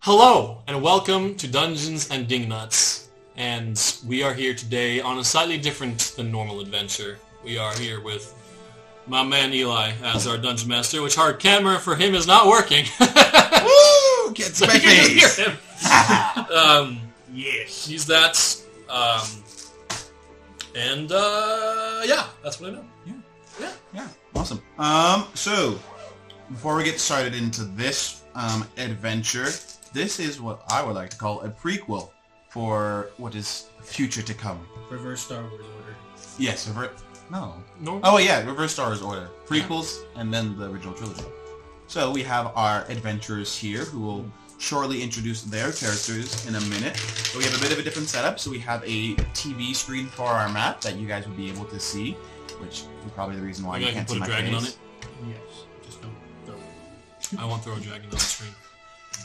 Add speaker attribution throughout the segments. Speaker 1: Hello and welcome to Dungeons and Dingnuts. And we are here today on a slightly different than normal adventure. We are here with my man Eli as our dungeon master, which hard camera for him is not working.
Speaker 2: Woo! Gets my
Speaker 1: you can just
Speaker 2: face.
Speaker 1: hear him. um, yes, he's that. Um, and uh, yeah, that's what I know.
Speaker 2: Yeah, awesome. Um, so before we get started into this um, adventure, this is what I would like to call a prequel for what is future to come.
Speaker 3: Reverse Star Wars order.
Speaker 2: Yes, rever- no.
Speaker 1: No.
Speaker 2: Oh yeah, reverse Star Wars order, prequels, and then the original trilogy. So we have our adventurers here who will shortly introduce their characters in a minute. But we have a bit of a different setup, so we have a TV screen for our map that you guys will be able to see, which is probably the reason why
Speaker 1: Maybe
Speaker 2: you
Speaker 1: I can
Speaker 2: can't
Speaker 1: put
Speaker 2: see
Speaker 1: a
Speaker 2: my
Speaker 1: dragon on
Speaker 2: face.
Speaker 1: it.
Speaker 3: Yes. Just don't throw it.
Speaker 1: I won't throw a dragon on the screen.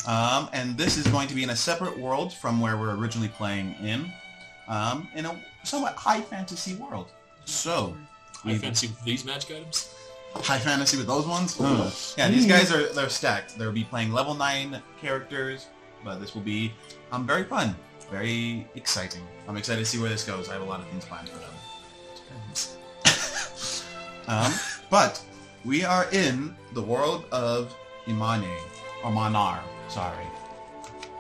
Speaker 2: Um, and this is going to be in a separate world from where we're originally playing in, um, in a somewhat high fantasy world. So,
Speaker 1: I
Speaker 2: we-
Speaker 1: fancy these magic items.
Speaker 2: high fantasy with those ones? Yeah, these guys are they're stacked. They'll be playing level nine characters, but this will be um, very fun, very exciting. I'm excited to see where this goes. I have a lot of things planned for them. um, but we are in the world of Imane, or Manar, sorry.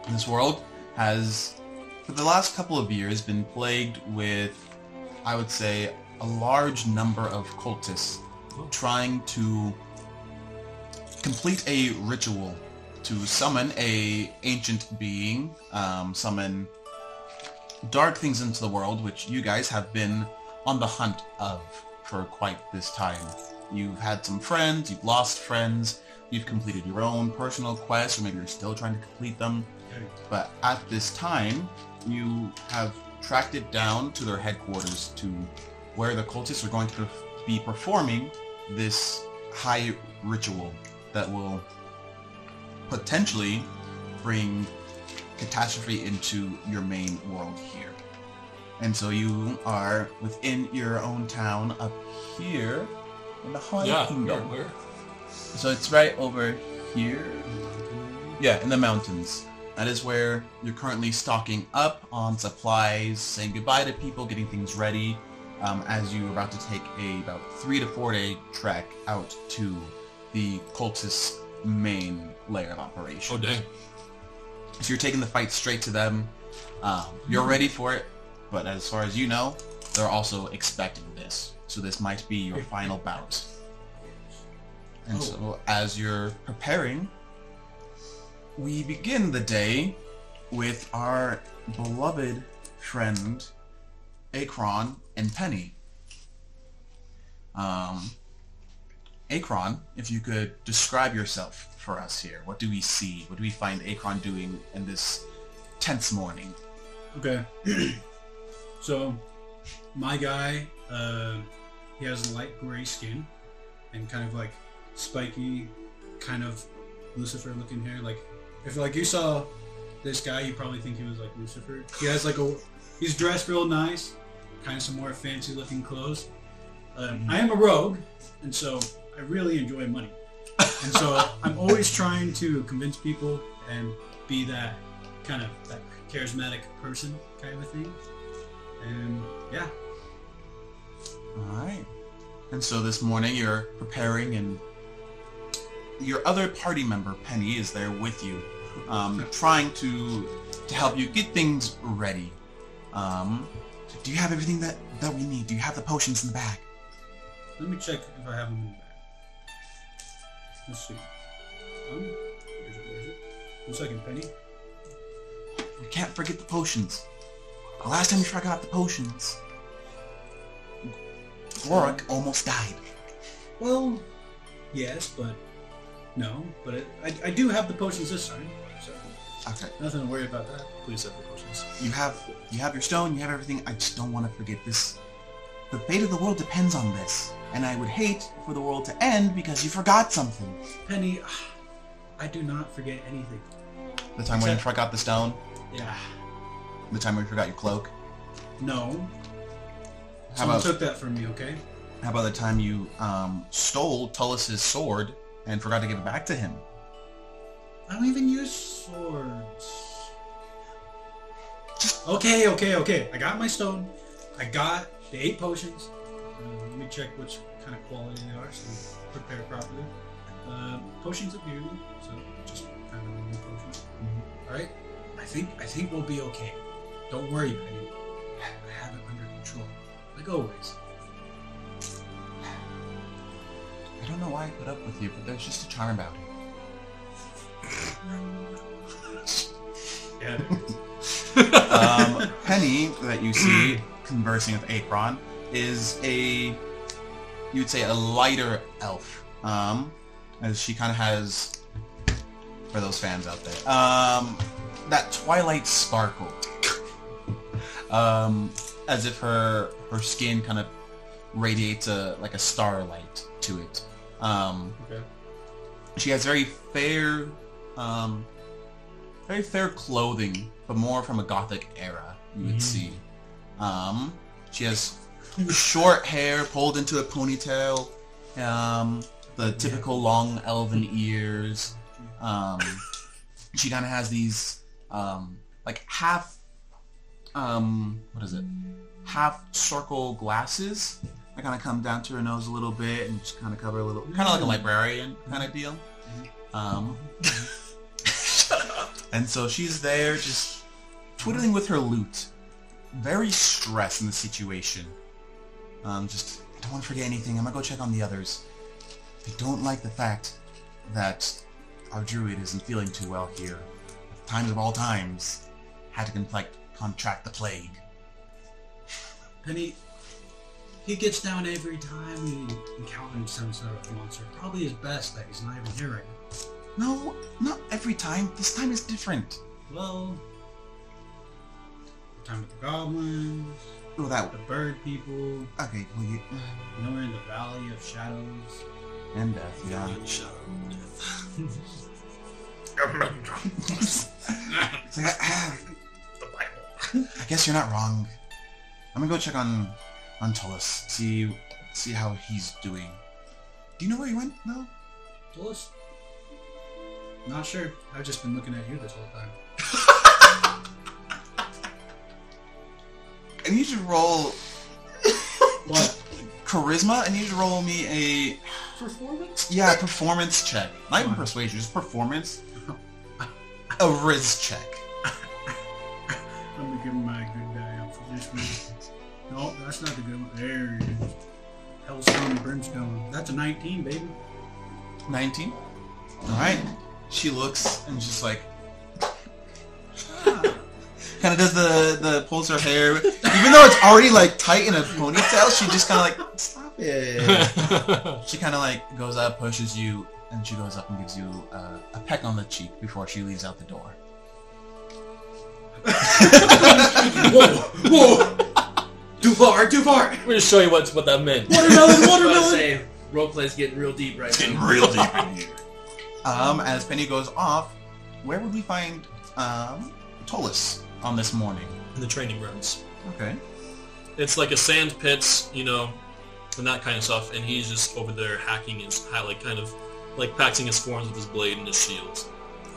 Speaker 2: And this world has, for the last couple of years, been plagued with, I would say, a large number of cultists trying to complete a ritual to summon a ancient being, um, summon dark things into the world, which you guys have been on the hunt of for quite this time. You've had some friends, you've lost friends, you've completed your own personal quests, or maybe you're still trying to complete them. But at this time, you have tracked it down to their headquarters to where the cultists are going to perf- be performing this high ritual that will potentially bring catastrophe into your main world here. And so you are within your own town up here in the Haunted
Speaker 1: Yeah.
Speaker 2: Kingdom.
Speaker 1: yeah, where?
Speaker 2: So it's right over here. Yeah, in the mountains. That is where you're currently stocking up on supplies, saying goodbye to people, getting things ready, um, as you're about to take a about three to four day trek out to the cultist's main layer of
Speaker 1: Oh
Speaker 2: operation.
Speaker 1: dang.
Speaker 2: So you're taking the fight straight to them. Um, you're ready for it, but as far as you know, they're also expecting this. So this might be your final bout. And so as you're preparing, we begin the day with our beloved friend Akron and Penny. Um, Akron, if you could describe yourself for us here. What do we see? What do we find Akron doing in this tense morning?
Speaker 3: Okay. so, my guy, uh, he has light gray skin and kind of like spiky, kind of Lucifer looking hair. Like, if like you saw this guy, you probably think he was like Lucifer. He has like a, he's dressed real nice, kind of some more fancy looking clothes. Um, I am a rogue, and so I really enjoy money. And so I'm always trying to convince people and be that kind of that charismatic person kind of a thing. And yeah,
Speaker 2: All right. And so this morning you're preparing and your other party member, Penny, is there with you, um, trying to, to help you get things ready. Um, do you have everything that, that we need? Do you have the potions in the bag?
Speaker 3: let me check if I have them in the back. Let's see. Um, where's it, where's it? One second, Penny.
Speaker 2: We can't forget the potions. The last time you forgot the potions, Gorak almost died.
Speaker 3: Well, yes, but no, but it, I, I do have the potions this time, so
Speaker 2: Okay.
Speaker 3: nothing to worry about that. Please have the potions.
Speaker 2: You have you have your stone, you have everything. I just don't want to forget this. The fate of the world depends on this, and I would hate for the world to end because you forgot something.
Speaker 3: Penny, ah, I do not forget anything.
Speaker 2: The time when you forgot the stone,
Speaker 3: Yeah.
Speaker 2: the time when you forgot your cloak.
Speaker 3: No.
Speaker 2: How
Speaker 3: Someone
Speaker 2: about
Speaker 3: took that from me, okay?
Speaker 2: how about the time you um, stole Tullis's sword and forgot to give it back to him?
Speaker 3: I don't even use swords. Okay, okay, okay. I got my stone. I got the eight potions. Uh, let me check which kind of quality they are so we prepare properly. Uh, potions of you, so just kind of normal potions. All right. I think I think we'll be okay. Don't worry, Penny. I have it under control, like always.
Speaker 2: I don't know why I put up with you, but there's just a charm about it.
Speaker 3: Yeah.
Speaker 2: um, Penny that you see conversing with Akron is a, you'd say a lighter elf. Um, as she kind of has, for those fans out there, um, that twilight sparkle. um, as if her her skin kind of radiates a like a starlight to it. Um,
Speaker 3: okay.
Speaker 2: she has very fair, um, very fair clothing, but more from a gothic era. You would
Speaker 1: Mhm.
Speaker 2: see. Um, she has short hair pulled into a ponytail, um, the typical long elven ears. Um, she kind of has these um, like half, um, what is it? Half circle glasses that kind of come down to her nose a little bit and just kind of cover a little, kind of like a librarian kind of deal. Um, and so she's there just twiddling with her lute, very stressed in the situation. Um, just, I don't want to forget anything. I'm going to go check on the others. I don't like the fact that our druid isn't feeling too well here. At times of all times, had to contract, contract the plague.
Speaker 3: Penny, he gets down every time he encounters some sort of monster. Probably his best that he's not even here right now.
Speaker 2: No, not every time. This time is different.
Speaker 3: Well, time with the goblins,
Speaker 2: Oh, that...
Speaker 3: the bird people.
Speaker 2: Okay, well, you...
Speaker 3: You know we're in the Valley of Shadows.
Speaker 2: And death, yeah. It's like, ah, I guess you're not wrong. I'm gonna go check on on Tullus, see see how he's doing. Do you know where he went? No.
Speaker 3: Tullis? Not sure. I've just been looking at you this whole time.
Speaker 2: I need you to roll
Speaker 3: What?
Speaker 2: charisma. I need you to roll me
Speaker 1: Performance?
Speaker 2: a yeah performance check, not even
Speaker 3: Fine.
Speaker 2: persuasion, just performance. A riz check.
Speaker 3: I'm gonna give him my good day out for this one. No, that's not the good one. There it is. Hellstone and Brimstone. That's a 19, baby.
Speaker 2: 19. All right. She looks and she's like, kind of does the the pulls her hair, even though it's already like tight in a ponytail. She just kind of like, stop it. she kind of like goes up, pushes you, and she goes up and gives you uh, a peck on the cheek before she leaves out the door.
Speaker 3: whoa, whoa! Too far, too far!
Speaker 1: We're just show you what what that meant.
Speaker 3: Watermelon,
Speaker 4: I was about to
Speaker 3: watermelon!
Speaker 4: say, roleplay's getting real deep right now.
Speaker 2: real deep in here. Um, as Penny goes off, where would we find um, Tolus on this morning?
Speaker 1: In the training grounds.
Speaker 2: Okay.
Speaker 1: It's like a sand pits, you know, and that kind of stuff. And he's just over there hacking his hat, like kind of like practicing his forms with his blade and his shield,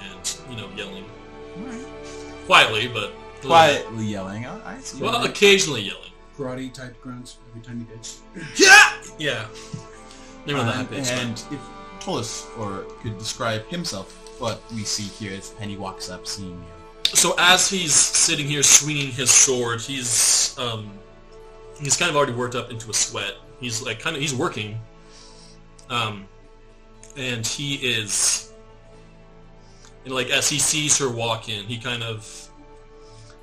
Speaker 1: and you know, yelling
Speaker 2: All right.
Speaker 1: quietly, but
Speaker 2: Quietly yelling. All right. so
Speaker 1: Well, occasionally yelling.
Speaker 3: Karate type grunts every time he gets.
Speaker 1: Yeah. Never mind that
Speaker 2: Um,
Speaker 1: bitch.
Speaker 2: and if Tullus or could describe himself, what we see here is Penny walks up, seeing you.
Speaker 1: So as he's sitting here swinging his sword, he's um, he's kind of already worked up into a sweat. He's like kind of he's working, um, and he is, and like as he sees her walk in, he kind of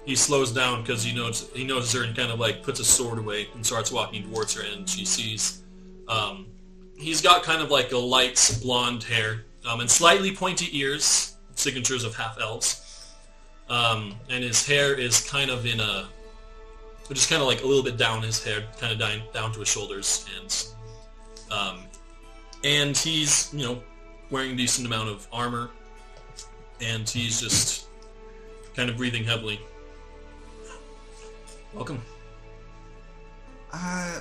Speaker 1: he slows down because he knows he notices her and kind of like puts his sword away and starts walking towards her. And she sees, um, he's got kind of like a light blonde hair um, and slightly pointy ears, signatures of half elves um, and his hair is kind of in a, just kind of like a little bit down his hair, kind of down down to his shoulders, and um, and he's you know wearing a decent amount of armor, and he's just kind of breathing heavily. Welcome.
Speaker 2: Uh,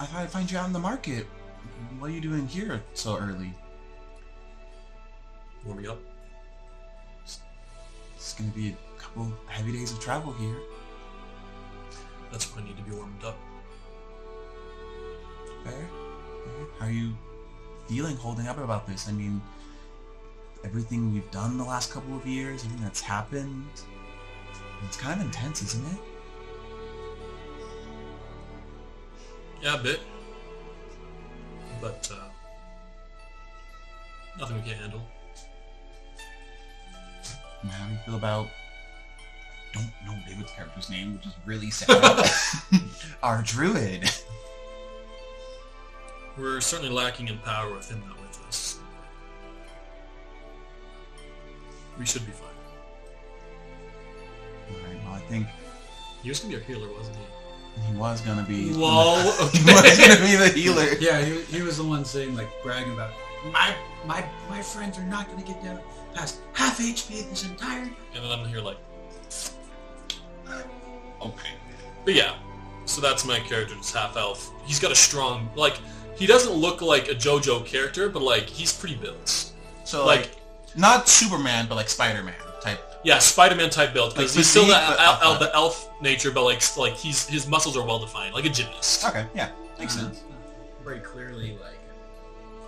Speaker 2: I thought I'd find you out in the market. What are you doing here so early?
Speaker 1: Warming up.
Speaker 2: It's gonna be a couple heavy days of travel here.
Speaker 1: That's what I need to be warmed up.
Speaker 2: Fair. How are you feeling holding up about this? I mean, everything we've done the last couple of years, everything that's happened, it's kind of intense, isn't it?
Speaker 1: Yeah, a bit. But uh, nothing we can't handle.
Speaker 2: And how do you feel about... Don't know David's character's name, which is really sad. Our druid.
Speaker 1: We're certainly lacking in power with him not with us. We should be fine.
Speaker 2: All right, well, I think
Speaker 1: He was gonna be our healer, wasn't he?
Speaker 2: he was gonna be.
Speaker 1: Whoa,
Speaker 2: he was gonna be the healer.
Speaker 3: Yeah, he, he was the one saying like bragging about my my my friends are not gonna get down past half HP this entire.
Speaker 1: And then I'm here like,
Speaker 2: Okay.
Speaker 1: but yeah. So that's my character, just half elf. He's got a strong, like, he doesn't look like a JoJo character, but like he's pretty built.
Speaker 2: So like,
Speaker 1: Like,
Speaker 2: not Superman, but like Spider-Man type.
Speaker 1: yeah, Spider-Man type build because
Speaker 2: Like
Speaker 1: he's still the,
Speaker 2: physique, but uh-huh.
Speaker 1: el- el-
Speaker 2: athletic.
Speaker 1: the elf nature, but like, like he's his muscles are well defined, like a gymnast.
Speaker 2: Okay, yeah, makes sense.
Speaker 4: Uh-huh. Very clearly, like,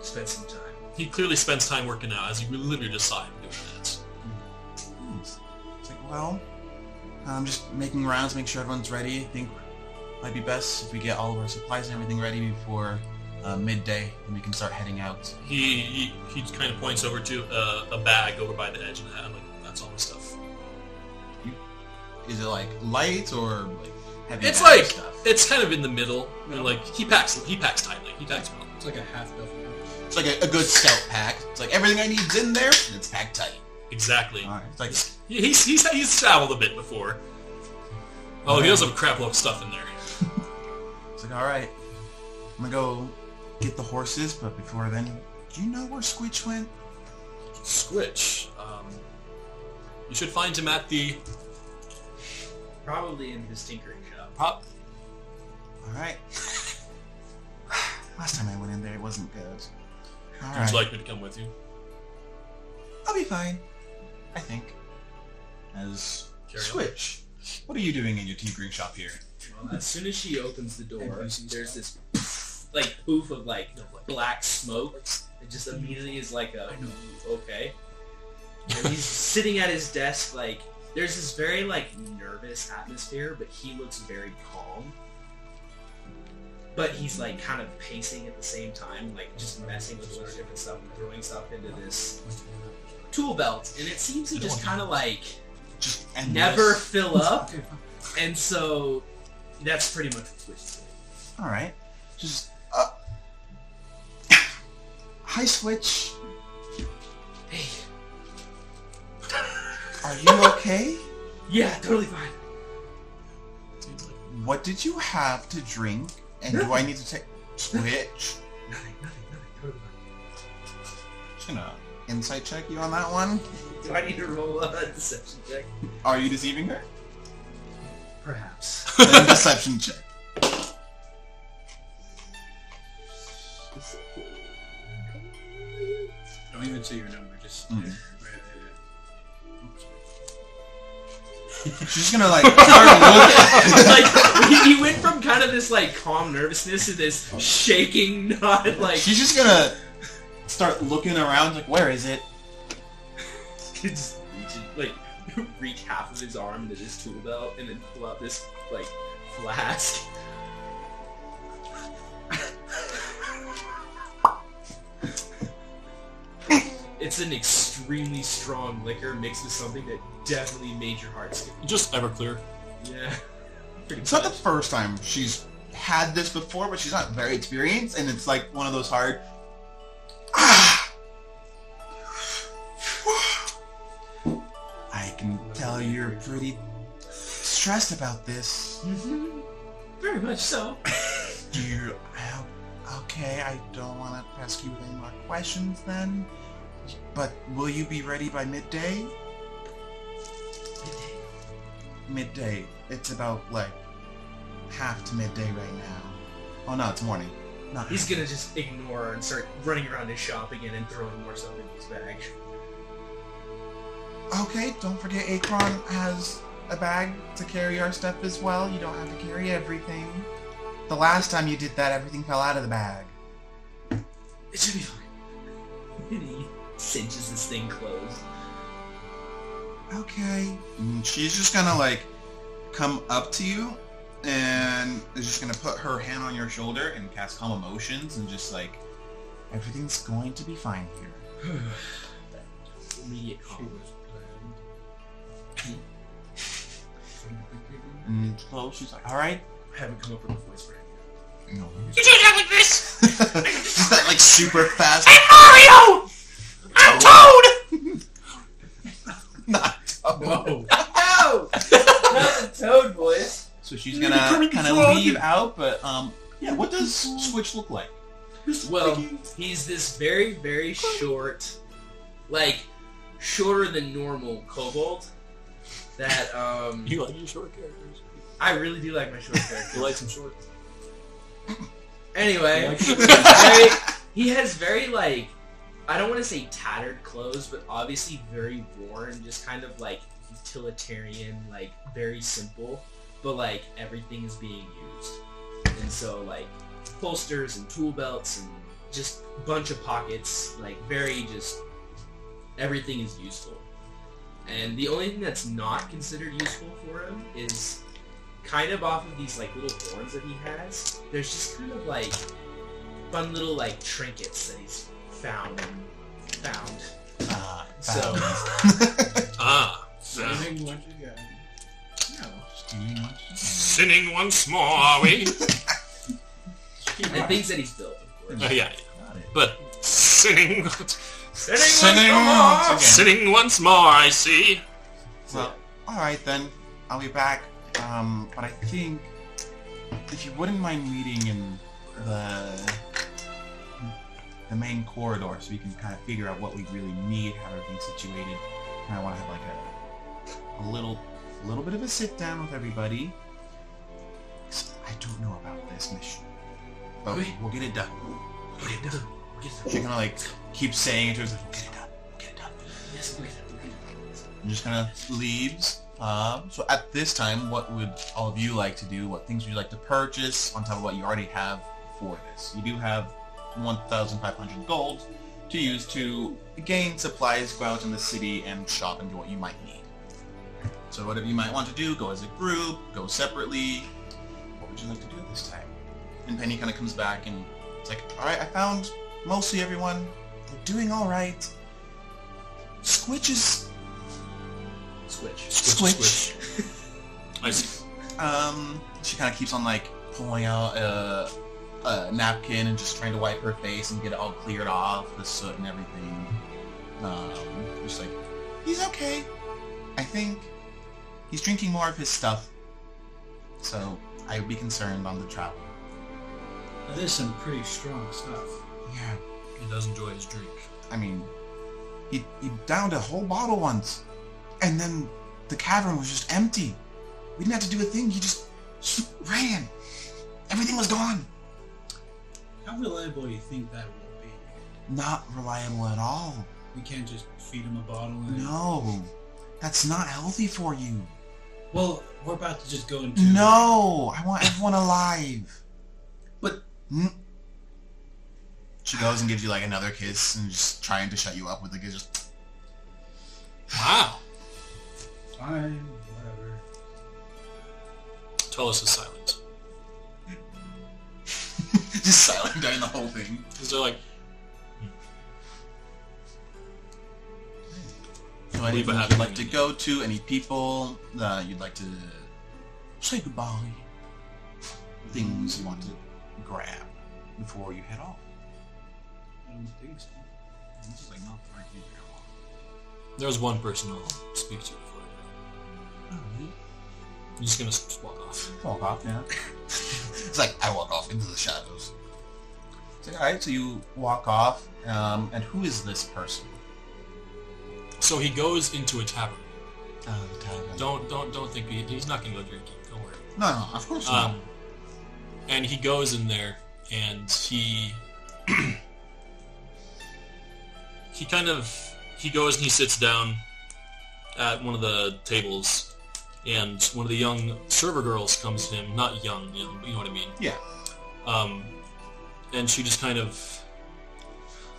Speaker 4: spent some time.
Speaker 1: He clearly spends time working out, as you literally just saw him doing that.
Speaker 2: It's like, well, I'm just making rounds, make sure everyone's ready. I think might be best if we get all of our supplies and everything ready before uh, midday, and we can start heading out.
Speaker 1: He he, he kind of points over to uh, a bag over by the edge of the hat, like that's all the stuff.
Speaker 2: Is it like light or like heavy?
Speaker 1: It's
Speaker 2: bag
Speaker 1: like
Speaker 2: stuff?
Speaker 1: it's kind of in the middle, and like he packs he packs tightly, he packs well.
Speaker 3: It's like a half dozen.
Speaker 2: it's like a, a good scout pack. It's like everything I need's in there, and it's packed tight.
Speaker 1: Exactly.
Speaker 2: All right, it's like
Speaker 1: He- He's, he's, he's traveled a bit before. Oh, he does have a crap load of stuff in there.
Speaker 2: It's like, all right, I'm gonna go get the horses, but before then, do you know where Squitch went?
Speaker 1: Squitch. Um, you should find him at the
Speaker 4: Probably in his tinkering shop.
Speaker 1: prop.
Speaker 2: All right. Last time I went in there, it wasn't good. All
Speaker 1: Would
Speaker 2: right,
Speaker 1: you like me to come with you?
Speaker 2: I'll be fine. I think. As
Speaker 1: Carry on.
Speaker 2: Squitch, what are you doing in your tinkering shop here?
Speaker 4: Well, as soon as she opens the door,
Speaker 3: NPC stuff.
Speaker 4: there's this poof, like poof of like black smoke. It just immediately is like a okay. And he's sitting at his desk like there's this very like nervous atmosphere, but he looks very calm. But he's like kind of pacing at the same time, like just messing with a bunch of different stuff and throwing stuff into this tool belt. And it seems to just kind of like
Speaker 2: Just
Speaker 4: never
Speaker 2: endless-
Speaker 4: fill up. And so that's pretty much what Twitch is.
Speaker 2: All right. Just. Uh... Hi, Squitch.
Speaker 4: Hey,
Speaker 2: Are you okay?
Speaker 4: yeah, totally fine.
Speaker 2: What did you have to drink? And do I need to take switch?
Speaker 4: Nothing, nothing, nothing, totally fine.
Speaker 2: Just gonna insight check you on that one.
Speaker 4: Do I need to roll a deception check?
Speaker 2: Are you deceiving her?
Speaker 4: Perhaps.
Speaker 2: Then deception check.
Speaker 3: Don't even say your number. Just
Speaker 4: Hmm.
Speaker 2: Mm.
Speaker 3: Right, right,
Speaker 2: She's gonna like start looking.
Speaker 4: like he, he went from kind of this like calm nervousness to this shaking, not like
Speaker 2: She's just gonna start looking around like where is it?
Speaker 4: kids like reach half of his arm into this tool belt and then pull out this like flask. It's an extremely strong liquor mixed with something that definitely made your heart skip.
Speaker 1: Just Everclear.
Speaker 4: Yeah. Pretty
Speaker 2: It's not the
Speaker 4: much.
Speaker 2: first time she's had this before, but she's not very experienced, and it's like one of those hard. "Ah." I can tell you're pretty stressed about this.
Speaker 4: Mhm. Very much so.
Speaker 2: Do you? I- Okay, I don't want to ask you any more questions then. But will you be ready by midday? Midday. It's about like half to midday right now. Oh no, it's morning. Not
Speaker 4: He's gonna just ignore her and start running around his shop again and throwing more stuff in his bag.
Speaker 2: okay. Don't forget, Akron has a bag to carry our stuff as well. You don't have to carry everything. The last time you did that, everything fell out of the bag.
Speaker 4: It should be fine. And he cinches this thing closed.
Speaker 2: Okay. And she's just gonna like come up to you and is just gonna put her hand on your shoulder and cast calm emotions and just like everything's going to be fine here.
Speaker 4: Immediate calm.
Speaker 2: And so she's like, all right.
Speaker 3: I haven't come up with a voice for him
Speaker 2: No.
Speaker 5: You do that with this!
Speaker 2: she's got like super fast.
Speaker 5: I'm Mario! I'm Toad!
Speaker 2: Not.
Speaker 3: No.
Speaker 4: No! Not the toad voice.
Speaker 2: So she's gonna kind of leave out, but um, yeah. What does Switch look like?
Speaker 4: Well, he's this very, very short, like shorter than normal kobold. That um,
Speaker 1: You like your short characters.
Speaker 4: I really do like my short character.
Speaker 1: You like some shorts.
Speaker 4: Anyway,
Speaker 2: Like-
Speaker 4: very- he has very like I don't want to say tattered clothes, but obviously very worn, just kind of like utilitarian, like very simple, but like everything is being used, and so like holsters and tool belts and just bunch of pockets, like very just everything is useful. And the only thing that's not considered useful for him is kind of off of these like little horns that he has. There's just kind of like fun little like trinkets that he's found and found.
Speaker 2: Ah,
Speaker 4: So
Speaker 1: Ah, so.
Speaker 3: Anything once again.
Speaker 1: Sinning once more, are we? Oh,
Speaker 4: and things that he's built, of
Speaker 1: Uh,
Speaker 4: course.
Speaker 1: yeah, but sinning,
Speaker 2: Sinning once again.
Speaker 1: sinning once more, I see.
Speaker 2: Well, all right then. I'll be back. Um, but I think if you wouldn't mind meeting in the the main corridor, so we can kind of figure out what we really need, have everything situated. And I want to have like a a little a little bit of a sit down with everybody. 'Cause I don't know about this mission, but
Speaker 4: Okay.
Speaker 2: we'll get it done.
Speaker 4: We'll get it done. We'll get it
Speaker 2: She's
Speaker 4: done.
Speaker 2: gonna like keep saying it to herself. We'll get it done. We'll get it done.
Speaker 4: Yes, we'll get it done. We'll get it done.
Speaker 2: and just kind of leaves. Um, so at this time, what would all of you like to do? What things would you like to purchase on top of what you already have for this? You do have 1,500 gold to use to gain supplies, go out in the city, and shop and do what you might need. So whatever you might want to do, go as a group, go separately. What would you like to do this time? And Penny kind of comes back and it's like, all right, I found mostly everyone. They're doing all right. Squitch is
Speaker 4: Switch.
Speaker 2: Squish.
Speaker 1: Squish, squish. I see.
Speaker 2: Um, she kind of keeps on like pulling out a, a napkin and just trying to wipe her face and get it all cleared off the soot and everything. Um, just like he's okay. I think he's drinking more of his stuff, so I would be concerned on the travel.
Speaker 3: That is some pretty strong stuff.
Speaker 2: Yeah,
Speaker 1: He does enjoy his drink.
Speaker 2: I mean, he he downed a whole bottle once, and then the cavern was just empty. We didn't have to do a thing. He just ran. Everything was gone.
Speaker 3: How reliable do you think that will be?
Speaker 2: not reliable at all.
Speaker 3: We can't just feed him a bottle and
Speaker 2: No, that's not healthy for you.
Speaker 3: Well, we're about to just go into
Speaker 2: No, I want everyone alive. Mm. But she goes and gives you like another kiss and just trying to shut you up with a kiss. Just,
Speaker 1: Wow.
Speaker 3: Fine, whatever.
Speaker 1: Tullus is silent.
Speaker 2: just silent down the whole thing.
Speaker 1: Is there like
Speaker 2: So any
Speaker 1: Leave a
Speaker 2: you'd
Speaker 1: happy
Speaker 2: like to
Speaker 1: ending.
Speaker 2: go to? Any people uh, you'd like to say goodbye? Things you want to grab before you head off?
Speaker 3: I don't think so.
Speaker 2: This is like not very good.
Speaker 1: there's one person I'll speak to before. I Oh, go. I'm just gonna s- just walk off.
Speaker 2: Walk off, yeah. it's like I walk off into the shadows. It's like, all right, so you walk off, um, and who is this person?
Speaker 1: So he goes into a tavern.
Speaker 2: Uh, the tavern.
Speaker 1: Don't don't don't think he, he's not gonna go drinking. Don't worry.
Speaker 2: No, no, of course not.
Speaker 1: Um, and he goes in there, and he he kind of he goes and he sits down at one of the tables, and one of the young server girls comes to him. Not young, you know, you know what I mean.
Speaker 2: Yeah.
Speaker 1: Um, and she just kind of.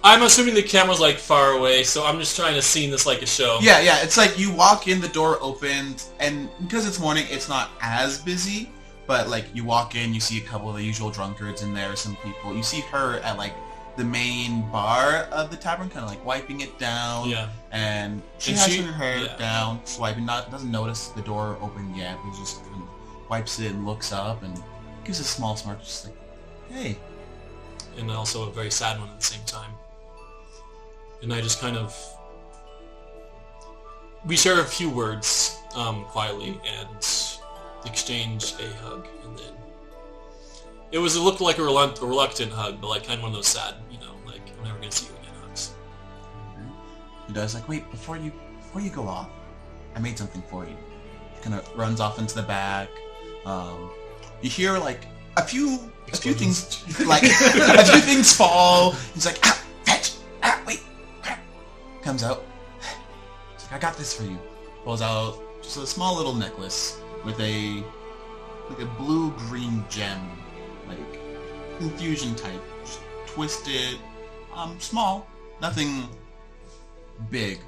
Speaker 1: I'm assuming the camera's like far away, so I'm just trying to scene this like a show.
Speaker 2: Yeah, yeah. It's like you walk in, the door opened, and because it's morning, it's not as busy. But like you walk in, you see a couple of the usual drunkards in there, some people. You see her at like the main bar of the tavern, kind of like wiping it down,
Speaker 1: Yeah.
Speaker 2: and she
Speaker 1: And
Speaker 2: has
Speaker 1: she-
Speaker 2: her hair
Speaker 1: yeah.
Speaker 2: down, swiping. Not doesn't notice the door open yet. He just kind of wipes it and looks up and gives a small smirk, just like, "Hey,
Speaker 1: and also a very sad one at the same time. And I just kind of we share a few words um, quietly and exchange a hug, and then it was it looked like a reluct- a reluctant hug, but like kind of one of those sad, you know, like I'm never gonna see you again hugs.
Speaker 2: The guy's like, wait, before you before you go off, I made something for you. Kind of runs off into the back. Um, you hear like a few a few things like a few things fall. He's like, ah, fetch, ah, wait. crap." Comes out. He's like, I got this for you. Pulls out just a small little necklace with a like a blue green gem, like infusion type, just twisted, um, small, nothing big,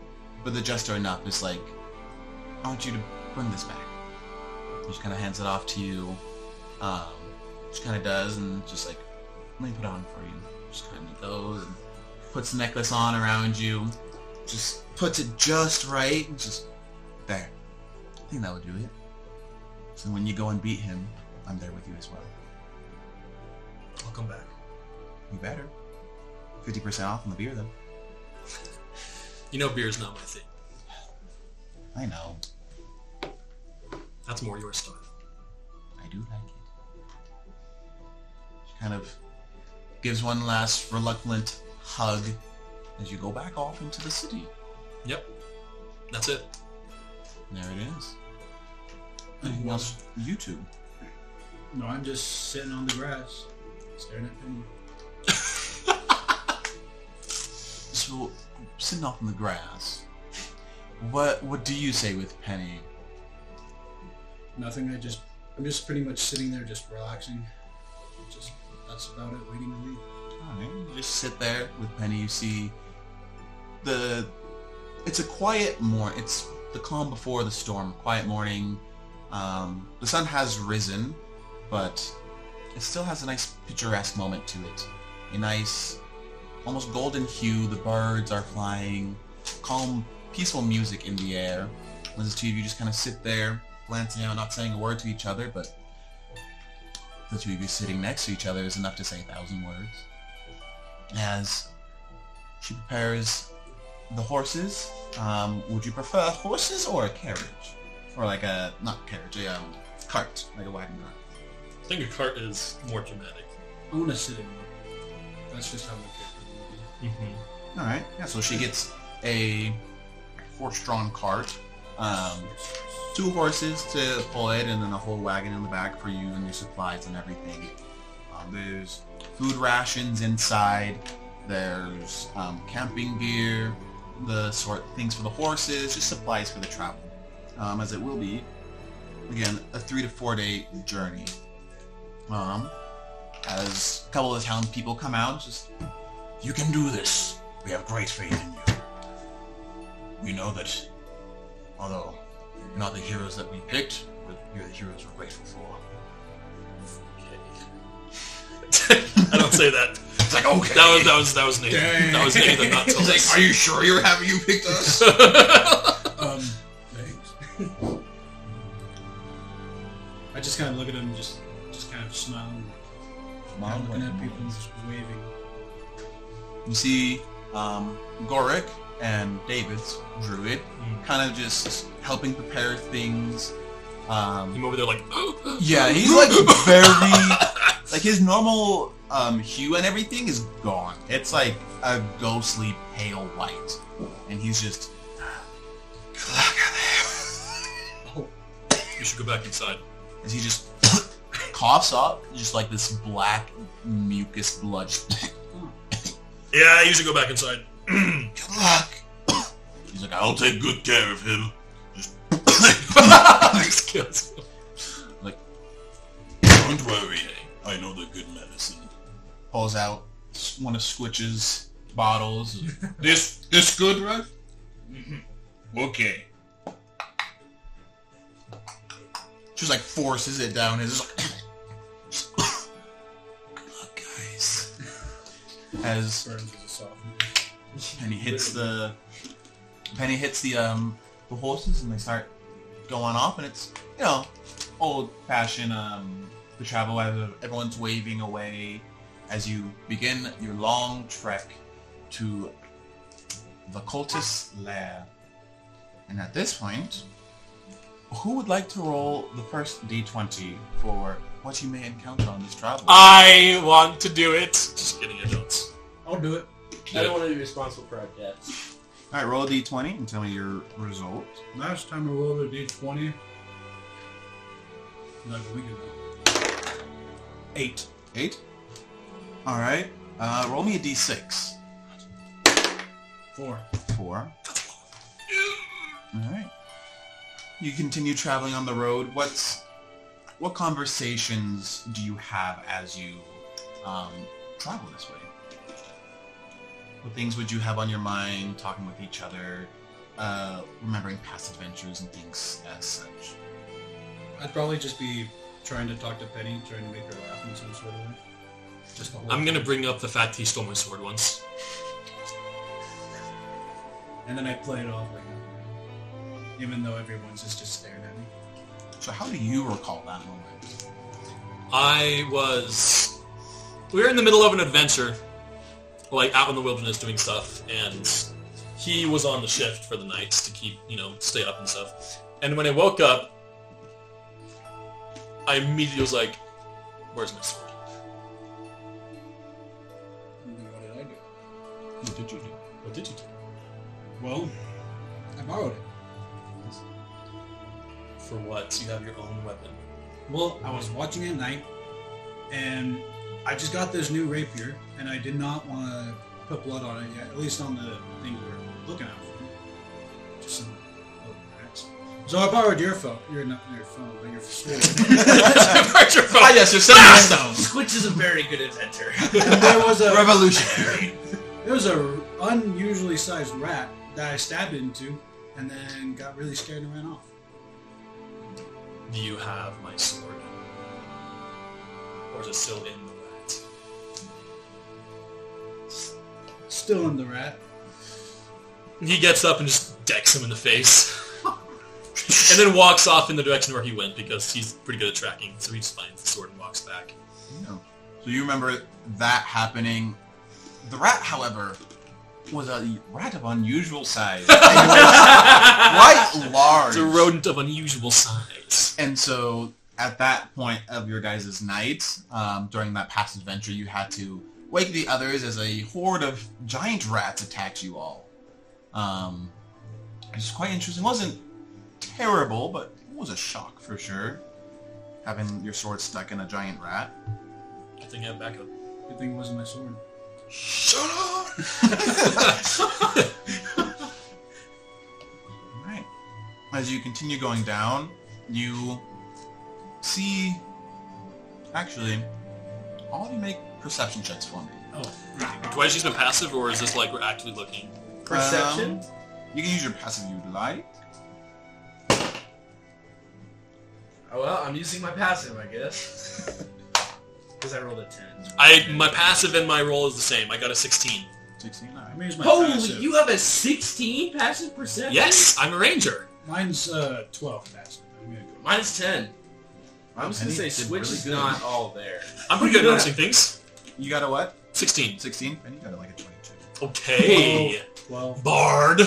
Speaker 2: but the just are enough is like, I want you to bring this back. He just kind of hands it off to you. Um, just kind of does and just like, let me put it on for you. Just kind of goes and puts the necklace on around you. Just puts it just right and just there. I think that would do it. So when you go and beat him, I'm there with you as well.
Speaker 6: I'll come back.
Speaker 2: You better. 50% off on the beer though.
Speaker 1: You know, beer's not my thing.
Speaker 2: I know.
Speaker 1: That's more your style.
Speaker 2: I do like it. She kind of gives one last reluctant hug as you go back off into the city.
Speaker 1: Yep, that's it.
Speaker 2: There it is. Anything else? YouTube.
Speaker 3: No, I'm just sitting on the grass, staring at Penny.
Speaker 2: So, sitting off in the grass. What what do you say with Penny?
Speaker 3: Nothing. I just, I'm just pretty much sitting there, just relaxing. Just that's about it. Waiting to leave.
Speaker 2: Alright, you just sit there with Penny. You see the. It's a quiet morning. It's the calm before the storm. Quiet morning. Um, the sun has risen, but it still has a nice picturesque moment to it. A nice, almost golden hue. The birds are flying. Calm, peaceful music in the air. As the two of you just kind of sit there, glancing out, not saying a word to each other, but the two of you sitting next to each other is enough to say a thousand words as she prepares the horses. Um, would you prefer horses or a carriage? Or like a, not carriage, a um, cart, like a wagon cart.
Speaker 1: I think a cart is more dramatic.
Speaker 3: I want to sit in. one. That's just how my character. would
Speaker 1: Mm-hmm.
Speaker 2: All right. Yeah, so she gets a horse-drawn cart, um, two horses to pull it, and then a whole wagon in the back for you and your supplies and everything. Um, there's food rations inside. There's um, camping gear, the sort things for the horses, just supplies for the travel, um, as it will be, again, a three to four day journey. Um, as a couple of the town people come out, just you can do this. We have great faith in you. We know that, although you're not the heroes that we picked, but you're the heroes we're grateful for.
Speaker 1: I don't say that.
Speaker 2: It's like, okay.
Speaker 1: That was that was that was Nathan. That was Nathan. Not
Speaker 2: He's like, are you sure you're happy you picked us?
Speaker 3: be. Um, thanks. I just kind of look at him, just, just kind of smiling, kind of looking at people, and just waving.
Speaker 2: You see um, Gorik and David's druid
Speaker 1: Mm.
Speaker 2: kind of just helping prepare things. Um,
Speaker 1: I'm over there like.
Speaker 2: Yeah, he's like very like his normal um, hue and everything is gone. It's like a ghostly pale white, and he's just
Speaker 1: You should go back inside.
Speaker 2: as he just coughs up just like this black mucus blood.
Speaker 1: Yeah, you should go back inside.
Speaker 2: Good luck. He's like, I'll take good care of him. Just
Speaker 1: kills him.
Speaker 7: Don't worry. eh? I know the good medicine.
Speaker 2: Pulls out one of Squitch's bottles.
Speaker 7: This this good, right? Mm-hmm. Okay.
Speaker 2: Just like forces it down. It's just like,
Speaker 7: Look, guys.
Speaker 2: as
Speaker 3: Burns is a soft. man.
Speaker 2: Penny hits the Penny hits the um the horses and they start going off and it's you know old fashioned um the travel of everyone's waving away as you begin your long trek to the cultist lair. And at this point, who would like to roll the first d20 for what you may encounter on this travel?
Speaker 1: I want to do it. Just kidding, I don't.
Speaker 3: I'll do it.
Speaker 4: I don't want to be responsible for our deaths.
Speaker 2: All right, roll a d20 and tell me your result.
Speaker 3: Last time I rolled a d20, like a week ago.
Speaker 6: Eight.
Speaker 2: Eight. All right. Uh, roll me a d6.
Speaker 3: Four.
Speaker 2: Four. All right. You continue traveling on the road. What's what conversations do you have as you um, travel this way? What things would you have on your mind, talking with each other, uh, remembering past adventures and things as such?
Speaker 3: I'd probably just be trying to talk to Penny, trying to make her laugh in some sort of way. Just the whole
Speaker 1: I'm gonna
Speaker 3: time.
Speaker 1: bring up the fact he stole my sword once.
Speaker 3: And then I play it off like nothing. Even though everyone's just, just staring at me.
Speaker 2: So how do you recall that moment?
Speaker 1: I was. We were in the middle of an adventure, like out in the wilderness doing stuff, and he was on the shift for the nights to keep, you know, stay up and stuff. And when I woke up, I immediately was like, "Where's my sword?"
Speaker 3: What did I do?
Speaker 1: What did you do? What did you do?
Speaker 3: Well, I borrowed it.
Speaker 1: For what? You have your own weapon.
Speaker 3: Well, I was watching at night, and I just got this new rapier, and I did not want to put blood on it yet, at least on the thing we were looking at. Just some little rats. So I borrowed your phone. Your not your phone, but your sword.
Speaker 2: Ah, yes, you're setting stone.
Speaker 4: Squitch is a very good inventor.
Speaker 3: and there was a
Speaker 2: Revolutionary.
Speaker 3: there was a unusually sized rat that I stabbed into, and then got really scared and ran off.
Speaker 1: Do you have my sword? Or is it still in the rat?
Speaker 3: Still in the rat.
Speaker 1: He gets up and just decks him in the face. and then walks off in the direction where he went because he's pretty good at tracking, so he just finds the sword and walks back.
Speaker 2: No. So you remember that happening. The rat, however, was a rat of unusual size. It was quite large.
Speaker 1: It's a rodent of unusual size.
Speaker 2: And so at that point of your guys' night, um, during that past adventure, you had to wake the others as a horde of giant rats attacked you all. Um, it's quite interesting. It wasn't terrible, but it was a shock for sure. Having your sword stuck in a giant rat.
Speaker 1: I think I have backup.
Speaker 3: Good thing it wasn't my sword.
Speaker 2: Shut up! Alright. As you continue going down, you see... Actually, all of you make perception checks for me.
Speaker 1: Do I just use my passive, or is this like we're actually looking?
Speaker 4: Perception?
Speaker 2: Um, you can use your passive if you'd like.
Speaker 4: Oh, well, I'm using my passive, I guess. Because I rolled a 10.
Speaker 1: I my passive and my roll is the same. I got a 16.
Speaker 2: 16 and
Speaker 3: I
Speaker 2: I.
Speaker 3: mean, it's my
Speaker 4: Holy,
Speaker 3: passive.
Speaker 4: you have a 16 passive perception?
Speaker 1: Yes, I'm a ranger.
Speaker 3: Mine's uh, twelve passive. I'm gonna go.
Speaker 4: Mine's 10. I
Speaker 2: Wow,
Speaker 4: was going to
Speaker 2: Penny
Speaker 4: say,
Speaker 2: did
Speaker 4: Switch
Speaker 2: really
Speaker 4: is
Speaker 2: good.
Speaker 4: not all there.
Speaker 1: I'm pretty good at noticing things.
Speaker 2: You got a what?
Speaker 1: 16.
Speaker 2: 16? And you got a, like a 22.
Speaker 1: Okay.
Speaker 3: Twelve.
Speaker 1: Bard.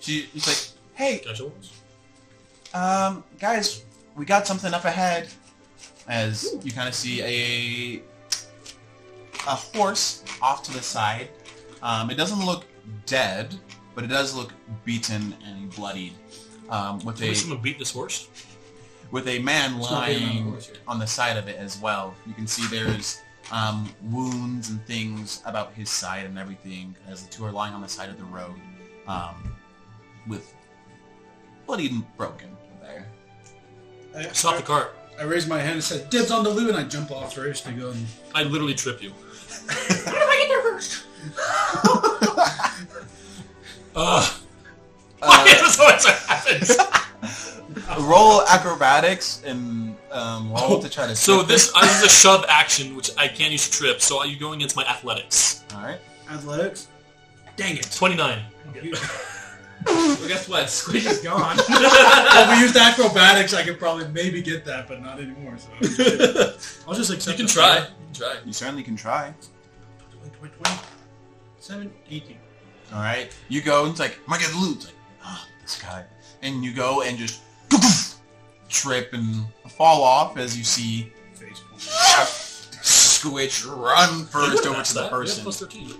Speaker 2: She, she's like, hey,
Speaker 1: Can I show ones?
Speaker 2: um, guys, we got something up ahead. As you kind of see a a horse off to the side. Um, it doesn't look dead, but it does look beaten and bloodied, um, with
Speaker 1: Maybe
Speaker 2: a
Speaker 1: someone beat this horse.
Speaker 2: with a man
Speaker 3: It's not big enough
Speaker 2: lying
Speaker 3: horse yet.
Speaker 2: on the side of it as well. You can see there's um, wounds and things about his side and everything as the two are lying on the side of the road um, with bloody and broken there.
Speaker 3: I,
Speaker 1: Stop the cart.
Speaker 3: I raised my hand and said, dibs on the loo, and I jump off first to go and...
Speaker 1: I literally trip you. Ugh.
Speaker 2: Uh,
Speaker 1: That's what happens.
Speaker 2: roll acrobatics and um, roll to try to.
Speaker 1: So
Speaker 2: trip
Speaker 1: this, I this is a shove action, which I can't use to trip. So are you going against my athletics?
Speaker 2: it. All right.
Speaker 3: Athletics? Dang it.
Speaker 1: Twenty-nine.
Speaker 4: Well, guess what? Squish is gone.
Speaker 3: if we used acrobatics, I could probably maybe get that, but not anymore, so... I'll just
Speaker 1: You
Speaker 3: accept
Speaker 1: can
Speaker 3: the
Speaker 1: try. You
Speaker 3: fact.
Speaker 1: can try.
Speaker 2: You certainly can try.
Speaker 3: Seven, eighteen.
Speaker 2: All right. You go and it's like, my God, loot. Like, ah, this guy. And you go and just trip and fall off as you see
Speaker 3: Face point.
Speaker 2: Squitch run first over to the
Speaker 1: That- yeah,
Speaker 2: person.
Speaker 1: plus 13.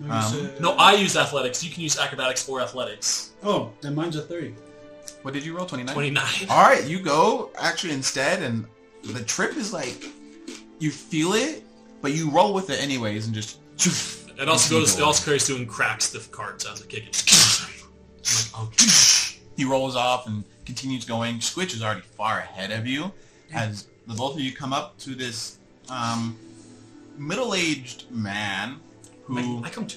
Speaker 3: No, you
Speaker 2: Um,
Speaker 3: said-
Speaker 1: No, I use athletics. You can use acrobatics or athletics.
Speaker 3: Oh, then mine's a three.
Speaker 2: What did you roll? 29?
Speaker 1: Twenty-nine.
Speaker 2: All right, you go actually instead, and the trip is like you feel it, but you roll with it anyways, and just
Speaker 1: It also goes. It also carries through and cracks the cart as it kicks.
Speaker 2: he rolls off and continues going. Squitch is already far ahead of you as the both of you come up to this um, middle-aged man who
Speaker 1: I come to.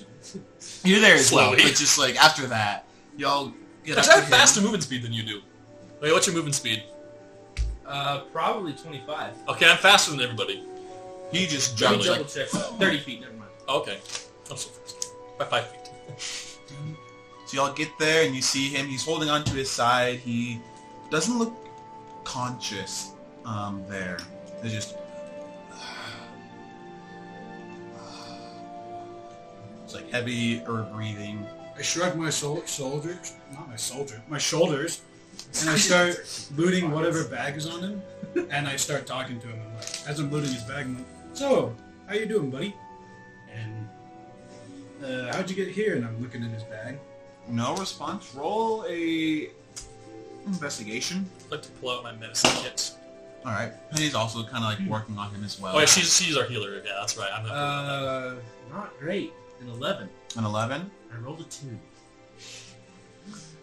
Speaker 2: you're there as well,
Speaker 1: Slowly.
Speaker 2: but just like after that, y'all get up
Speaker 1: Actually, I
Speaker 2: to
Speaker 1: have
Speaker 2: him.
Speaker 1: faster movement speed than you do. Wait, what's your movement speed?
Speaker 4: uh, probably 25.
Speaker 1: Okay, I'm faster than everybody.
Speaker 2: He just
Speaker 1: Let me
Speaker 2: jumps
Speaker 4: Double
Speaker 2: like,
Speaker 4: check. 30 feet, never mind.
Speaker 1: Okay, I'm so fast. By five feet.
Speaker 2: So y'all get there and you see him. He's holding onto his side. He doesn't look conscious um, there. It's just... It's like heavy or breathing.
Speaker 3: I shrug my sol- shoulders, not my soldier, my shoulders, and I start looting whatever bag is on him, and I start talking to him. I'm like, as I'm looting his bag, I'm like, "So, how you doing, buddy?" And uh, how'd you get here? And I'm looking in his bag.
Speaker 2: No response. Roll a investigation.
Speaker 1: I'd like to pull out my medicine kit.
Speaker 2: All right. Penny's also kind of like working on him as well.
Speaker 1: Oh, yeah, she's she's our healer. Yeah, that's right. I'm not.
Speaker 4: Uh, not great. An 11.
Speaker 2: An eleven.
Speaker 4: I rolled a 2.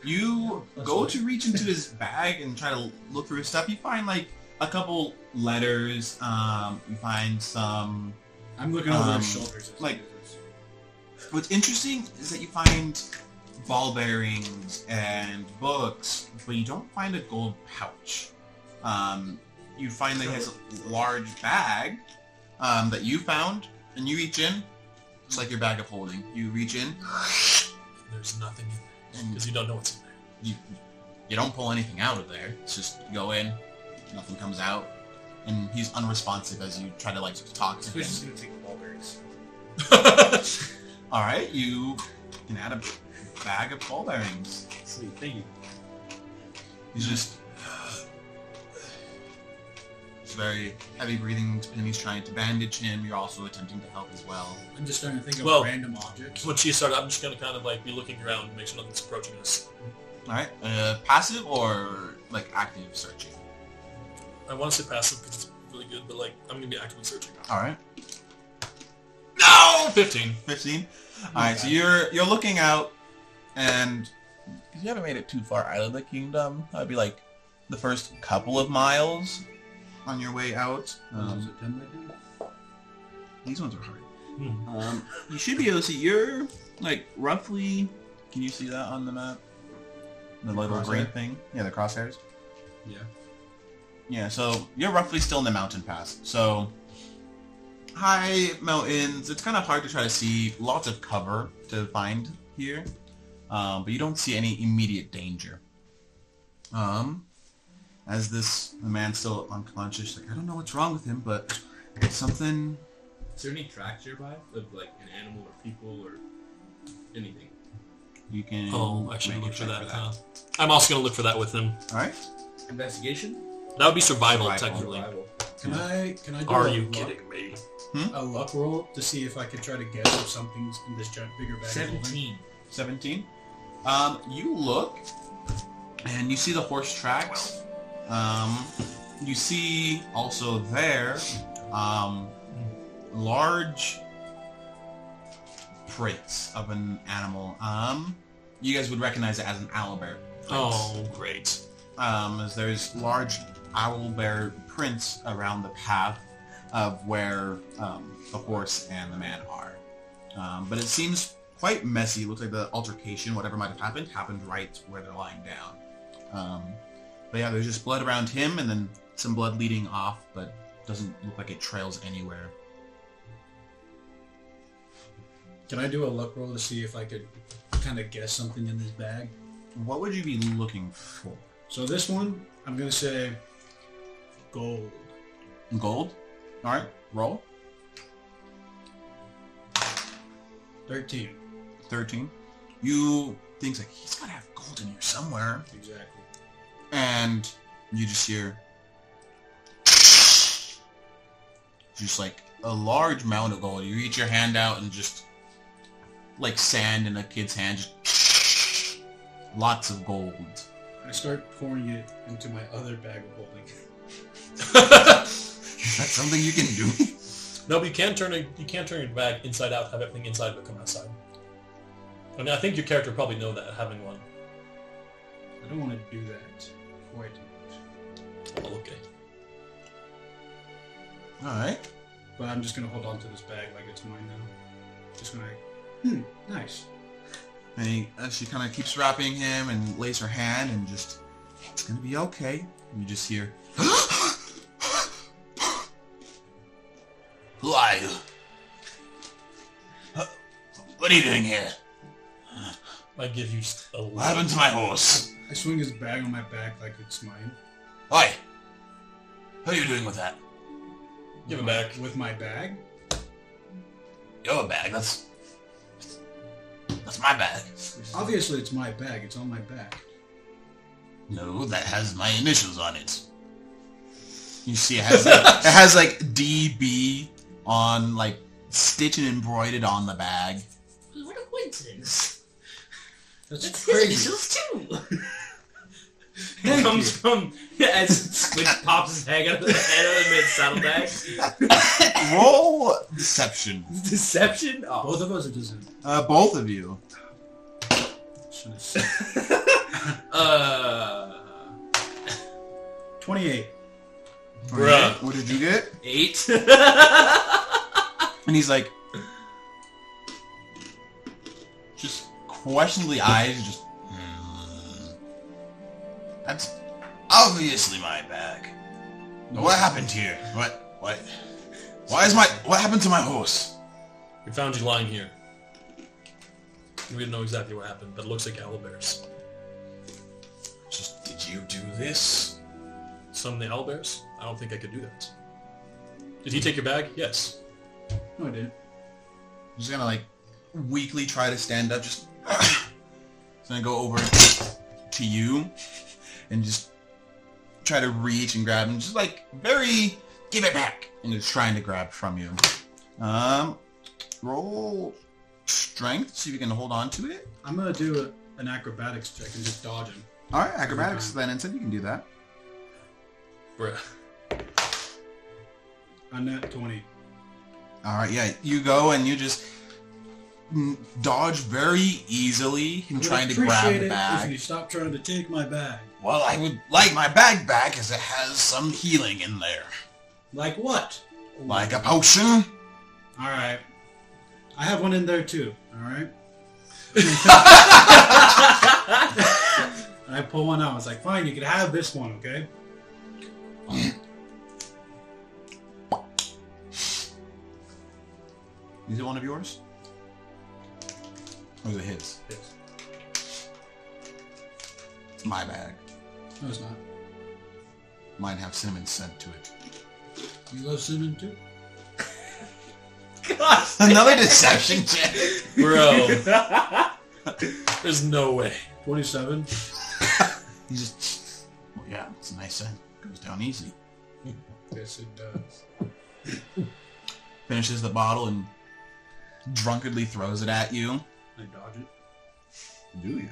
Speaker 2: You go to reach into his bag and try to look through his stuff. You find like a couple letters. Um, you find some
Speaker 3: I'm looking over
Speaker 2: Um,
Speaker 3: his shoulders.
Speaker 2: like- What's interesting is that you find ball bearings and books, but you don't find a gold pouch. Um, you find that he has a large bag um, that you found, and you reach in. It's like your bag of holding. You reach in,
Speaker 1: There's nothing in there
Speaker 2: and
Speaker 1: because you don't know what's in there.
Speaker 2: you, you don't pull anything out of there. It's just you go in, nothing comes out, and he's unresponsive as you try to like talk to him.
Speaker 4: Squish is gonna take the ball bearings.
Speaker 2: All right, you can add a bag of ball bearings.
Speaker 3: Sweet, thank you.
Speaker 2: He's just it's very heavy breathing. Penny's trying to bandage him. You're also attempting to help as well.
Speaker 3: I'm just starting to think of
Speaker 1: Well-
Speaker 3: random objects.
Speaker 1: When she started, I'm just gonna kind of like be looking around, and make sure nothing's approaching us.
Speaker 2: All right, uh, passive or like active searching.
Speaker 1: I want to say passive because it's really good, but like I'm gonna be actively searching.
Speaker 2: All right,
Speaker 1: No, fifteen.
Speaker 2: fifteen. All right, so you're you're looking out, and you haven't made it too far out of the kingdom. That'd be like the first couple of miles on your way out.
Speaker 3: Is
Speaker 2: Um,
Speaker 3: it 10 by 10?
Speaker 2: these ones are hard.
Speaker 1: Hmm.
Speaker 2: Um, you should be able to see. You're like roughly. Can you see that on the map? The little
Speaker 3: Crosshair?
Speaker 2: green thing. Yeah, the crosshairs.
Speaker 3: Yeah.
Speaker 2: Yeah. So you're roughly still in the mountain pass. So high mountains. It's kind of hard to try to see. Lots of cover to find here, um, but you don't see any immediate danger. Um, as this the man's still unconscious. Like I don't know what's wrong with him, but something
Speaker 4: Is there any tracks nearby of like an animal or people or anything?
Speaker 2: you can.
Speaker 1: Oh, I should
Speaker 2: make a
Speaker 1: look for
Speaker 2: check
Speaker 1: that. huh? I'm also gonna look for that with him.
Speaker 2: All right.
Speaker 4: Investigation?
Speaker 1: That would be survival,
Speaker 2: Survival.
Speaker 1: technically.
Speaker 4: Survival.
Speaker 3: Can I? Can I? Do
Speaker 1: Are
Speaker 3: a
Speaker 1: you
Speaker 3: luck-
Speaker 1: kidding me?
Speaker 3: A luck roll to see if I could try to guess if something's in this giant bigger bag. of holding.
Speaker 4: 17.
Speaker 2: 17. Um, you look, and you see the horse tracks. Um, you see also there, um, large prints of an animal. Um, you guys would recognize it as an owlbear.
Speaker 1: Oh, great.
Speaker 2: Um, as there's large owlbear prints around the path of where um, the horse and the man are. Um, but it seems quite messy. It looks like the altercation, whatever might have happened, happened right where they're lying down. Um, but yeah, there's just blood around him and then some blood leading off, but doesn't look like it trails anywhere.
Speaker 3: Can I do a luck roll to see if I could kind of guess something in this bag?
Speaker 2: What would you be looking for?
Speaker 3: So this one, I'm gonna say gold.
Speaker 2: Gold? All right, roll.
Speaker 3: Thirteen.
Speaker 2: 13. You think, like, he's got to have gold in here somewhere.
Speaker 3: Exactly.
Speaker 2: and you just hear just like a large amount of gold. You reach your hand out and just like sand in a kid's hand, just lots of gold.
Speaker 3: I start pouring it into my other bag of holding.
Speaker 2: Is that something you can do?
Speaker 6: No, but you can turn it. You can turn your bag inside out. Have everything inside, but come outside. I mean, I think your character probably know that having one.
Speaker 3: I don't want to do that. Wait.
Speaker 6: Oh, okay.
Speaker 2: All right.
Speaker 3: But I'm just gonna hold on to this bag like it's mine now. Just gonna. Hmm. Nice.
Speaker 2: And he, uh, she kind of keeps wrapping him and lays her hand and just, it's gonna be okay. And you just hear,
Speaker 7: Who are you? Huh? What are you doing here?
Speaker 6: I give you s- a
Speaker 7: What happened to my horse?
Speaker 3: I swing his bag on my back like it's mine.
Speaker 7: Oi! What are you doing with that?
Speaker 6: Give it back.
Speaker 3: With my bag.
Speaker 7: Your bag. That's that's my bag.
Speaker 3: Obviously, it's my bag. It's on my back.
Speaker 7: No, that has my initials on it.
Speaker 2: You see, it has like, it has like DB on like stitched and embroidered on the bag.
Speaker 4: What a coincidence.
Speaker 3: That's,
Speaker 4: That's his
Speaker 3: crazy.
Speaker 4: initials too. It comes from as Squid pops his head out of the head of the mid saddlebag.
Speaker 2: Roll deception.
Speaker 4: Deception. Oh.
Speaker 3: Both of us are just.
Speaker 2: Uh, both of you.
Speaker 3: should've said-
Speaker 4: uh,
Speaker 3: Twenty-eight.
Speaker 6: Bruh.
Speaker 2: What did you get?
Speaker 4: eight.
Speaker 2: And he's like, just questionably eyes, just hmm,
Speaker 7: That's obviously my bag. What happened here? What? What? Why is my? What happened to my horse?
Speaker 6: We found you lying here. We didn't know exactly what happened, but it looks like owlbears.
Speaker 7: Just did you do this?
Speaker 6: Some of the owlbears? I don't think I could do that. Did he take your bag? Yes.
Speaker 3: No, I didn't.
Speaker 2: just gonna like weakly try to stand up. Just He's gonna go over to you and just try to reach and grab him. Just like very give it back and just trying to grab from you. Um, roll strength. See if you can hold on to it.
Speaker 3: I'm gonna do a, an acrobatics check and just dodge him.
Speaker 2: All right, acrobatics. Then instead you can do that.
Speaker 6: Bruh.
Speaker 3: On that twenty.
Speaker 2: All right, yeah, you go and you just mm, dodge very easily. Him
Speaker 3: Would
Speaker 2: trying to grab
Speaker 3: appreciate
Speaker 2: the
Speaker 3: it
Speaker 2: bag.
Speaker 3: If you stop trying to take my bag.
Speaker 7: Well, I would like my bag back as it has some healing in there,
Speaker 3: Like what?
Speaker 7: like a potion.
Speaker 3: All right. I have one in there too. All right. I pull one out. I was like, fine, you can have this one, okay?
Speaker 2: Is it one of yours? Or is it his?
Speaker 3: Yes.
Speaker 2: It's my bag.
Speaker 3: No, it's not.
Speaker 2: Mine have cinnamon scent to it.
Speaker 3: You love cinnamon too?
Speaker 4: Gosh.
Speaker 2: Another deception check.
Speaker 6: Bro. um, There's no way.
Speaker 3: 27.
Speaker 2: You just, well, yeah, it's a nice scent. Goes down easy.
Speaker 3: Yes, it does.
Speaker 2: Finishes the bottle and drunkenly throws it at you.
Speaker 3: I dodge it.
Speaker 2: Do you?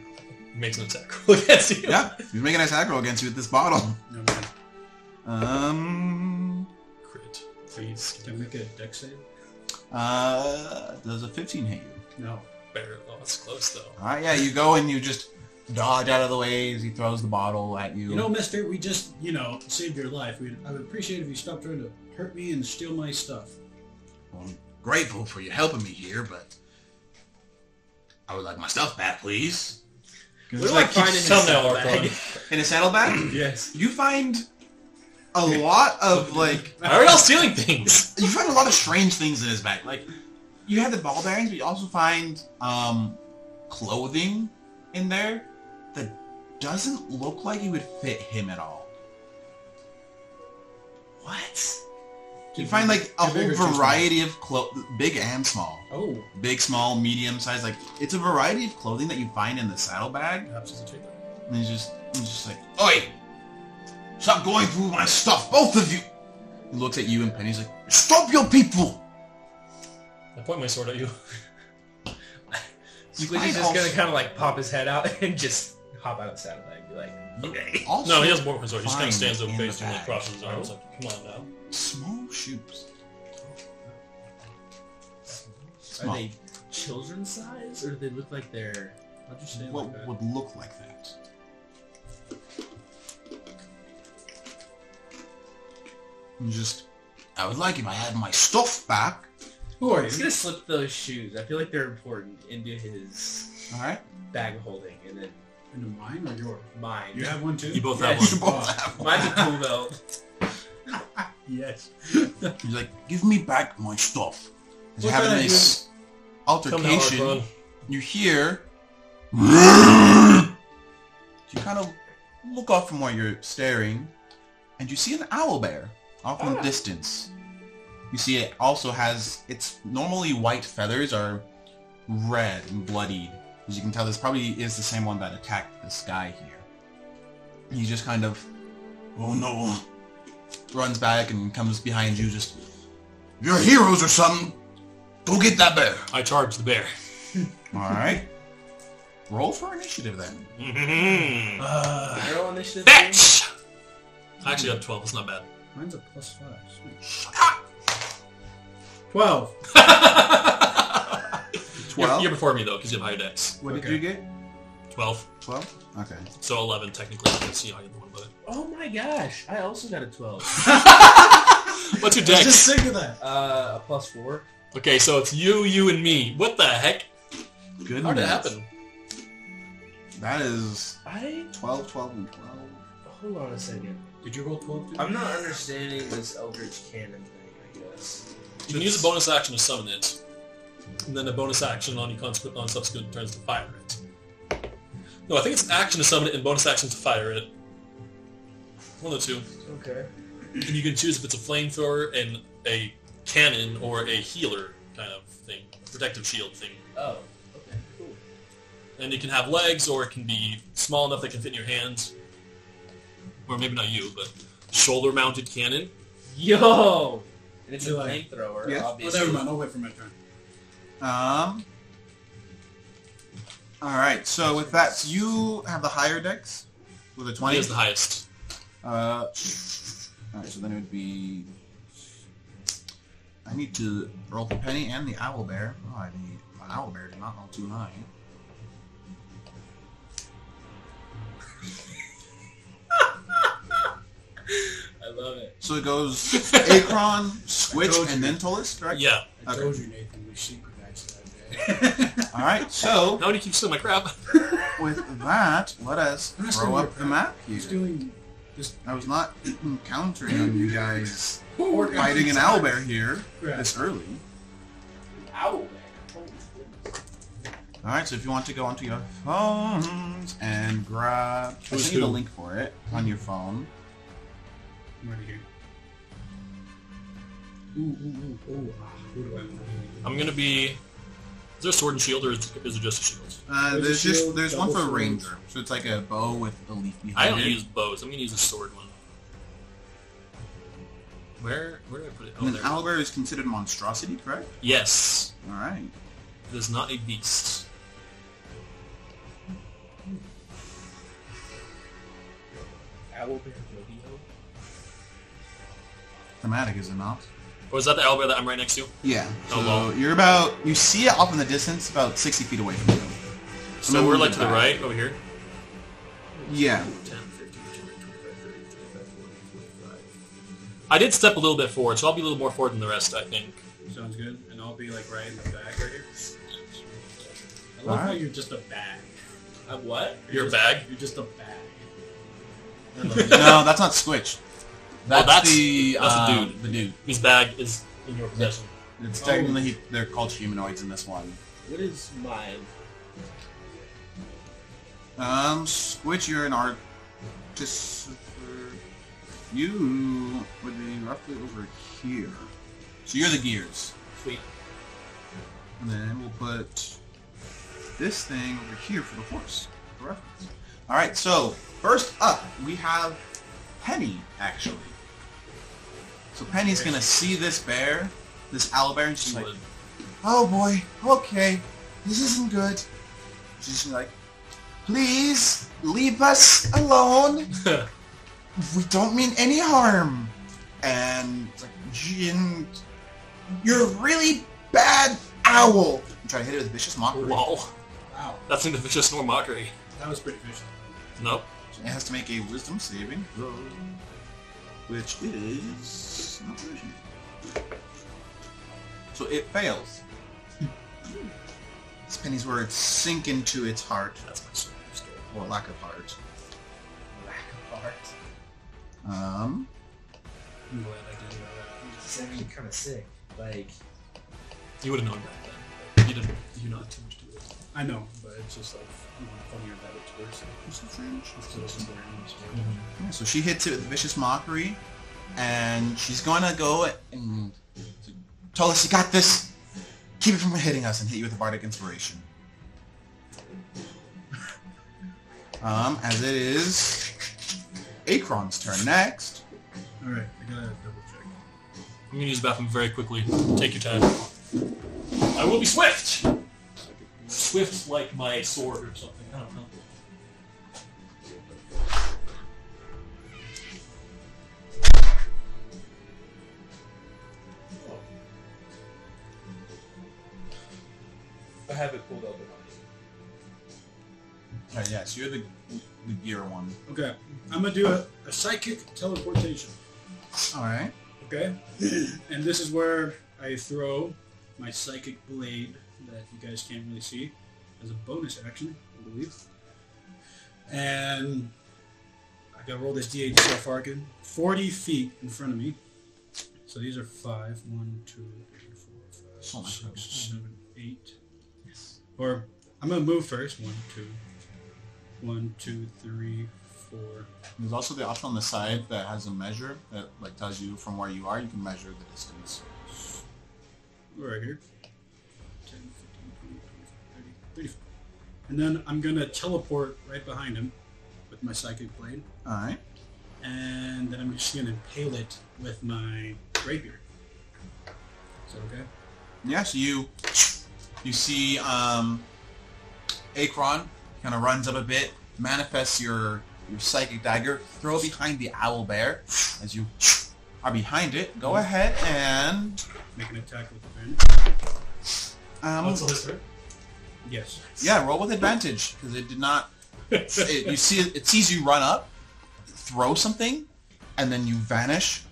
Speaker 6: Makes an attack roll against you.
Speaker 2: Yeah, he's making a attack roll against you with this bottle.
Speaker 3: No, man.
Speaker 2: Um,
Speaker 6: Crit. Please.
Speaker 3: Can I make a deck save?
Speaker 2: uh, does a 15 hit you?
Speaker 3: No.
Speaker 6: Barrel. Oh, it's close though.
Speaker 2: All right, yeah, you go and you just dodge out of the way as he throws the bottle at you. Um,
Speaker 3: You know, mister, we just, you know, saved your life. We'd, I would appreciate it if you stopped trying to hurt me and steal my stuff.
Speaker 7: I'm grateful for you helping me here, but I would like my stuff back, please.
Speaker 4: What do I find in his
Speaker 6: Tell now,
Speaker 4: bag?
Speaker 6: Arcon.
Speaker 2: in a saddlebag,
Speaker 3: Yes.
Speaker 2: you find a lot of like
Speaker 6: Why are y'all stealing things?
Speaker 2: you find a lot of strange things in his bag. Like you have the ball bearings, but you also find um, clothing in there that doesn't look like it would fit him at all.
Speaker 4: What?
Speaker 2: You find like a
Speaker 3: Too big
Speaker 2: whole
Speaker 3: or too small?
Speaker 2: variety of clothes, big and small,
Speaker 3: Oh.
Speaker 2: big, small, medium size. Like it's a variety of clothing that you find in the saddlebag.
Speaker 6: Perhaps it's a trade.
Speaker 2: And he's just, he's just like,
Speaker 7: Oi! Stop going through my stuff, both of you!
Speaker 2: he looks at you and Penny's like,
Speaker 7: Stop your people!
Speaker 6: I point my sword at you.
Speaker 2: you
Speaker 4: Squidgy's
Speaker 2: find
Speaker 4: just gonna
Speaker 2: also-
Speaker 4: kind of like pop his head out and just hop out of the saddlebag and be like, okay.
Speaker 2: also
Speaker 6: No, he doesn't point my sword. He just kind
Speaker 2: find
Speaker 6: of stands up
Speaker 2: in the
Speaker 6: faced and like
Speaker 2: bag
Speaker 6: crosses his arms like, come on now.
Speaker 2: Small shoes.
Speaker 4: Are
Speaker 2: Small.
Speaker 4: they children's size or do they look like they're? I'll just say
Speaker 2: what
Speaker 4: like a-
Speaker 2: would look like that?
Speaker 7: I'm just... I would like if I had my stuff back.
Speaker 3: Who are
Speaker 4: He's
Speaker 3: you?
Speaker 4: gonna slip those shoes. I feel like they're important into his
Speaker 2: All right.
Speaker 4: bag of holding and then
Speaker 3: Into mine or yours?
Speaker 4: mine.
Speaker 3: You have one too?
Speaker 1: You both
Speaker 4: Yeah,
Speaker 1: have
Speaker 4: you
Speaker 1: one.
Speaker 4: Mine's a cool belt.
Speaker 3: Yes.
Speaker 7: He's like, give me back my stuff.
Speaker 2: As you're
Speaker 3: What
Speaker 2: having
Speaker 3: can I
Speaker 2: this
Speaker 6: Come now,
Speaker 2: altercation,
Speaker 6: Arcon.
Speaker 2: you hear. you kind of look off from where you're staring, and you see an owl bear off in the distance. You see it also has its normally white feathers are red and bloodied. As you can tell, this probably is the same one that attacked this guy here. He just kind of
Speaker 7: Oh no.
Speaker 2: runs back and comes behind you, just
Speaker 7: You're heroes or something. Go get that bear.
Speaker 1: I charge the bear.
Speaker 2: all right. Roll for initiative then.
Speaker 1: Mhm.
Speaker 4: Roll initiative.
Speaker 1: Bitch! I actually have 12. It's not bad.
Speaker 3: Mine's a plus five. Sweet. Twelve.
Speaker 1: You're,
Speaker 2: 12?
Speaker 1: you're before me, though, because you have higher decks.
Speaker 2: What
Speaker 3: Okay.
Speaker 2: did you get?
Speaker 1: 12.
Speaker 2: 12? Okay.
Speaker 1: So 11, technically. I can see how you one, but...
Speaker 4: Oh my gosh! I also got a twelve.
Speaker 1: What's your
Speaker 3: I was
Speaker 1: dex?
Speaker 3: just think of that.
Speaker 4: Uh, a plus four.
Speaker 1: Okay, so it's you, you, and me. What the heck?
Speaker 2: Good.
Speaker 1: How'd it happen?
Speaker 2: That is
Speaker 4: I
Speaker 2: 12, 12, and 12.
Speaker 4: hold on a second.
Speaker 3: Did you roll twelve? Too? Oh,
Speaker 4: I'm not understanding this Eldritch Cannon thing. I guess.
Speaker 1: You can use a bonus action to summon it, and then a bonus action on your consequent, on subsequent turns to fire it. No, I think it's an action to summon it and bonus action to fire it. One of the two.
Speaker 4: Okay.
Speaker 1: And you can choose if it's a flamethrower and a cannon or a healer kind of thing, protective shield thing.
Speaker 4: Oh. Okay. Cool.
Speaker 1: And it can have legs, or it can be small enough that it can fit in your hands, or maybe not you, but shoulder-mounted cannon.
Speaker 4: Yo. And it's a
Speaker 3: You're like-
Speaker 4: flamethrower,
Speaker 2: Yes.
Speaker 3: Well,
Speaker 4: obviously.
Speaker 3: never mind. I'll wait for my turn.
Speaker 2: Um. All right. So with that, you have the higher decks with a
Speaker 1: He
Speaker 2: 20.
Speaker 1: is the highest.
Speaker 2: uh, all right. So then it would be. I need to roll the penny and the owl bear. Oh, I need my owl bear did not roll too high.
Speaker 4: I love it.
Speaker 2: So it goes Akron, Squitch, and then Tolus, correct?
Speaker 1: Yeah.
Speaker 3: I
Speaker 2: Okay.
Speaker 3: told you, Nathan, we synchronized that day.
Speaker 2: All right. So
Speaker 1: How do you keep stealing my crap?
Speaker 2: with that, let us
Speaker 3: I'm not
Speaker 2: throw
Speaker 3: stealing
Speaker 2: up
Speaker 3: your
Speaker 2: the map
Speaker 3: He's
Speaker 2: here.
Speaker 3: doing
Speaker 2: I was not counting on you guys
Speaker 3: We're
Speaker 2: fighting an owlbear here
Speaker 3: Yeah.
Speaker 2: this early.
Speaker 4: Ow.
Speaker 2: All right, so if you want to go onto your phones and grab, I
Speaker 1: Who's
Speaker 2: sent you the
Speaker 1: who?
Speaker 2: link for it on your phone.
Speaker 3: I'm right here. Ooh, ooh, ooh, ooh. Ah, who do I want?
Speaker 1: I'm gonna be. Is there a sword and shield, or is, is it just a shield?
Speaker 2: Uh,
Speaker 3: There's a
Speaker 2: there's just
Speaker 3: shield,
Speaker 2: there's one
Speaker 3: double
Speaker 2: for a
Speaker 3: swords.
Speaker 2: ranger, so it's like a bow with a leaf
Speaker 1: I
Speaker 2: behind
Speaker 1: don't
Speaker 2: it.
Speaker 1: use bows. I'm gonna use a sword one. Where where did I put it? Oh,
Speaker 2: and
Speaker 1: there.
Speaker 2: an owlbear is considered a monstrosity, correct?
Speaker 1: Yes,
Speaker 2: All right.
Speaker 1: it is not a beast.
Speaker 4: Owlbear rodeo.
Speaker 2: Thematic, is it not?
Speaker 1: Or is that the owlbear that I'm right next to?
Speaker 2: Yeah. So
Speaker 1: Oh, well.
Speaker 2: you're about you see it off in the distance, about sixty feet away from you.
Speaker 1: So
Speaker 2: I'm
Speaker 1: we're
Speaker 2: moving
Speaker 1: like to the
Speaker 2: back.
Speaker 1: right over here.
Speaker 2: Yeah.
Speaker 1: 10, 15, 20, 25, 30, 35, 40, 45. I did step a little bit forward, so I'll be a little more forward than the rest, I think.
Speaker 3: Sounds good. And I'll be like right in the back right here. I love
Speaker 2: All
Speaker 3: how
Speaker 2: right.
Speaker 3: you're just a bag.
Speaker 4: I what?
Speaker 1: Your
Speaker 3: just-
Speaker 1: bag?
Speaker 3: You're just a bag.
Speaker 2: No, that's not Squitch. That's,
Speaker 1: Oh, that's-
Speaker 2: the
Speaker 1: that's the
Speaker 2: uh,
Speaker 1: dude. Oh.
Speaker 2: The dude.
Speaker 1: His bag is in your possession.
Speaker 2: It's technically he, they're called humanoids in this one.
Speaker 4: What is mine?
Speaker 2: Um, Squitch, you're an artist. You would be roughly over here. So you're the gears.
Speaker 4: Sweet.
Speaker 2: And then we'll put this thing over here for the horse. For reference. All right. So first up, we have Penny actually. So Penny's gonna see this bear, this owlbear, and she's like, "Oh boy, okay, this isn't good." She's like, "Please leave us alone. we don't mean any harm." And it's like, "Jin, you're a really bad owl." I'm trying to hit it with vicious mockery.
Speaker 1: Whoa.
Speaker 3: Wow.
Speaker 1: That's neither vicious nor mockery.
Speaker 3: That was pretty vicious.
Speaker 1: Nope.
Speaker 2: It has to make a wisdom saving throw, which is not proficient. So it fails. this penny's words sink into its heart,
Speaker 1: That's my story.
Speaker 2: or lack of heart.
Speaker 4: Lack of heart.
Speaker 2: Um,
Speaker 3: I'm glad I didn't know that.
Speaker 4: It's actually kind of sick. Like,
Speaker 1: You would have known back then. You didn't. You know too much to do.
Speaker 3: I know, but it's just like you know, funnier that it's worse.
Speaker 2: what's the fringe? Mm-hmm.
Speaker 3: It's still some randomness.
Speaker 2: Yeah, so she hits it with vicious mockery, and she's gonna go and tell us you got this. Keep it from hitting us and hit you with a bardic inspiration. Um, as it is Akron's turn next.
Speaker 3: All right, I gotta double check.
Speaker 1: I'm gonna use the bathroom very quickly. Take your time. I will be swift. Swift like my sword or something. I don't know.
Speaker 4: I have it pulled up.
Speaker 2: Alright, Uh, yes, you're the the gear one.
Speaker 3: Okay, I'm gonna do a, a psychic teleportation.
Speaker 2: Alright.
Speaker 3: Okay, and this is where I throw my psychic blade that you guys can't really see as a bonus action, I believe. And I gotta roll this d8 so far again. 40 feet in front of me. So these are five, one, two, three, four, five,
Speaker 2: So much
Speaker 3: six, seven, eight.
Speaker 2: Yes.
Speaker 3: Or I'm gonna move first. One, two, one, two, three, four.
Speaker 2: There's also the option on the side that has a measure that like tells you from where you are, you can measure the distance.
Speaker 3: We're right here. 10, 15, 20, 25, 30, 35. And then I'm going to teleport right behind him with my psychic blade.
Speaker 2: Alright.
Speaker 3: And then I'm just going to impale it with my rapier. Is that okay?
Speaker 2: Yeah, so you you see um Akron kind of runs up a bit, manifests your your psychic dagger, throw it behind the owl bear as you are behind it. Go ahead and
Speaker 3: Make an attack with advantage.
Speaker 2: um,
Speaker 6: What's the history?
Speaker 3: Yes.
Speaker 2: yeah, roll with advantage because it did not. It, you see, it sees you run up, throw something, and then you vanish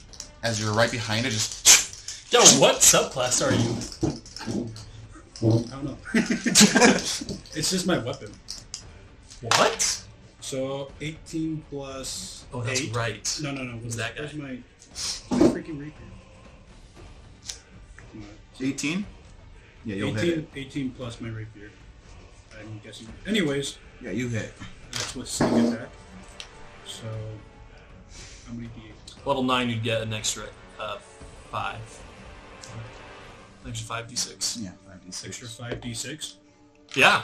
Speaker 2: as you're right behind it. Just
Speaker 6: Yo, what subclass are you?
Speaker 3: I don't know. it's just my weapon.
Speaker 6: What?
Speaker 3: So 18 plus
Speaker 6: Oh, that's
Speaker 3: 8.
Speaker 6: right.
Speaker 3: No, no, no. What's
Speaker 6: that guy?
Speaker 3: Where's my, my freaking rapier? Come on.
Speaker 2: 18. Yeah, you'll hit
Speaker 3: 18,
Speaker 2: it.
Speaker 3: 18 plus my rapier. I'm guessing. Anyways,
Speaker 2: Yeah, you hit. it.
Speaker 3: that's with sneak attack. So, how many d8?
Speaker 1: Level nine, you'd get an extra uh, five. An extra five d6.
Speaker 2: Yeah, 5d6.
Speaker 3: Extra 5d6
Speaker 1: Yeah,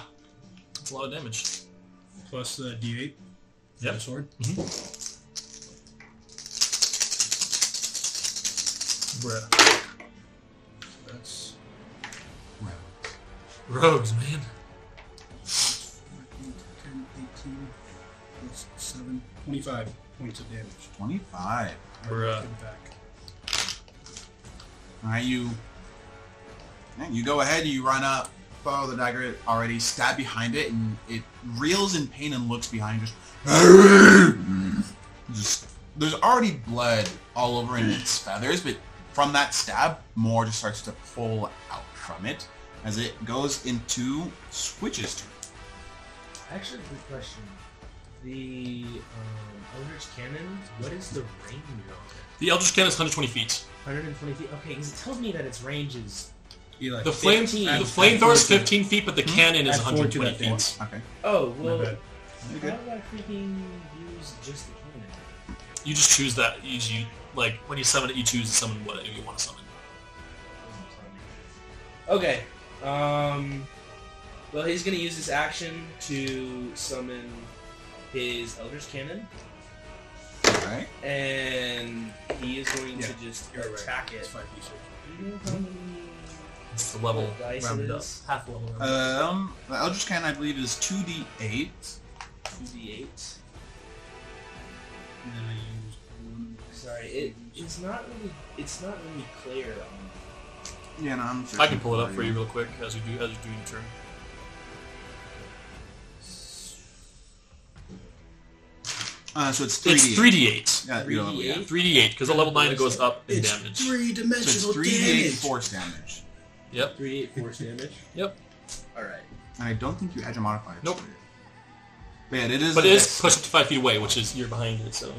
Speaker 1: that's a lot of damage.
Speaker 3: plus the d8.
Speaker 1: Yep. Mm-hmm.
Speaker 3: The sword.
Speaker 1: Bruh.
Speaker 3: That's
Speaker 1: Rogues, man.
Speaker 3: 14, 10, 18 plus 7. 25 points of damage.
Speaker 2: 25.
Speaker 1: Bruh.
Speaker 3: Give it back.
Speaker 2: All right, you. Man, you go ahead. You run up, follow the dagger already, stab behind it, and it reels in pain and looks behind. you, Just just there's already blood all over in its feathers, but from that stab, more just starts to pull out from it as it goes into Switch's turn.
Speaker 4: Actually, good question. The um, Eldritch Cannon, what is the range on
Speaker 1: The Eldritch Cannon is 120 feet.
Speaker 4: it? 120 feet? Okay, because it tells me that its range is...
Speaker 3: Eli.
Speaker 1: The flame, the
Speaker 4: 15.
Speaker 1: flamethrower is
Speaker 3: Add four to-
Speaker 1: 15 feet, but
Speaker 6: Hmm?
Speaker 1: the cannon is
Speaker 3: add four to
Speaker 1: 120
Speaker 3: that damage.
Speaker 1: feet.
Speaker 2: Okay.
Speaker 4: Oh, well,
Speaker 3: My
Speaker 4: how
Speaker 3: bad.
Speaker 2: You're
Speaker 4: do
Speaker 2: good.
Speaker 4: I freaking use just the cannon?
Speaker 1: You just choose that. You, you like when you summon it, you choose to summon whatever you want to summon.
Speaker 4: Okay. Um. Well, he's gonna use his action to summon his Elder's Cannon,
Speaker 2: All right.
Speaker 4: and he is going to
Speaker 3: Yeah,
Speaker 4: just
Speaker 3: You're right.
Speaker 4: attack
Speaker 3: It's
Speaker 4: it.
Speaker 3: five d six.
Speaker 4: Do you know how many
Speaker 1: It's the level
Speaker 4: dice it
Speaker 1: rounded up,
Speaker 4: is?
Speaker 1: half level. Rounded. up.
Speaker 2: Um, the Eldritch Cannon, I believe, is 2d8.
Speaker 4: 2d8?
Speaker 3: And then I used one.
Speaker 4: Sorry, it, it's not really it's not really clear. On,
Speaker 2: Yeah, no, I'm sure.
Speaker 1: I can pull it up for you real quick as you do as you do your turn.
Speaker 2: Uh, so it's 3d8.
Speaker 1: It's 3d8.
Speaker 2: Yeah, you don't have- yeah.
Speaker 4: 3d8?
Speaker 1: 3d8 because the level 9 goes up in
Speaker 3: It's
Speaker 1: damage.
Speaker 3: three
Speaker 2: So
Speaker 3: dimensional
Speaker 2: it's 3d8
Speaker 3: damage.
Speaker 2: force damage.
Speaker 1: Yep.
Speaker 4: 3d8 force damage.
Speaker 1: Yep.
Speaker 4: All right.
Speaker 2: And I don't think you add your modifier.
Speaker 1: Nope.
Speaker 2: to it. But yeah, it is.
Speaker 1: But
Speaker 2: a
Speaker 1: it is
Speaker 2: dex-
Speaker 1: pushed up to 5 feet away, which is you're behind it, so...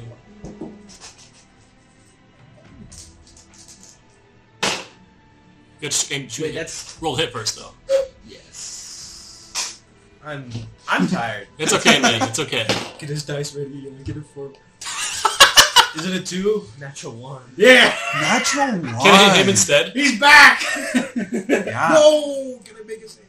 Speaker 1: Good sh- aim, shoot
Speaker 4: Wait,
Speaker 1: it.
Speaker 4: that's
Speaker 1: Roll hit first, though.
Speaker 4: yes. I'm I'm tired.
Speaker 1: It's okay, man. It's okay.
Speaker 3: Get his dice ready. You're gonna get it for. Is it a two?
Speaker 4: Natural one.
Speaker 3: Yeah.
Speaker 2: Natural one.
Speaker 1: Can I hit him instead?
Speaker 3: He's back.
Speaker 2: Yeah.
Speaker 3: No. Can I make a save?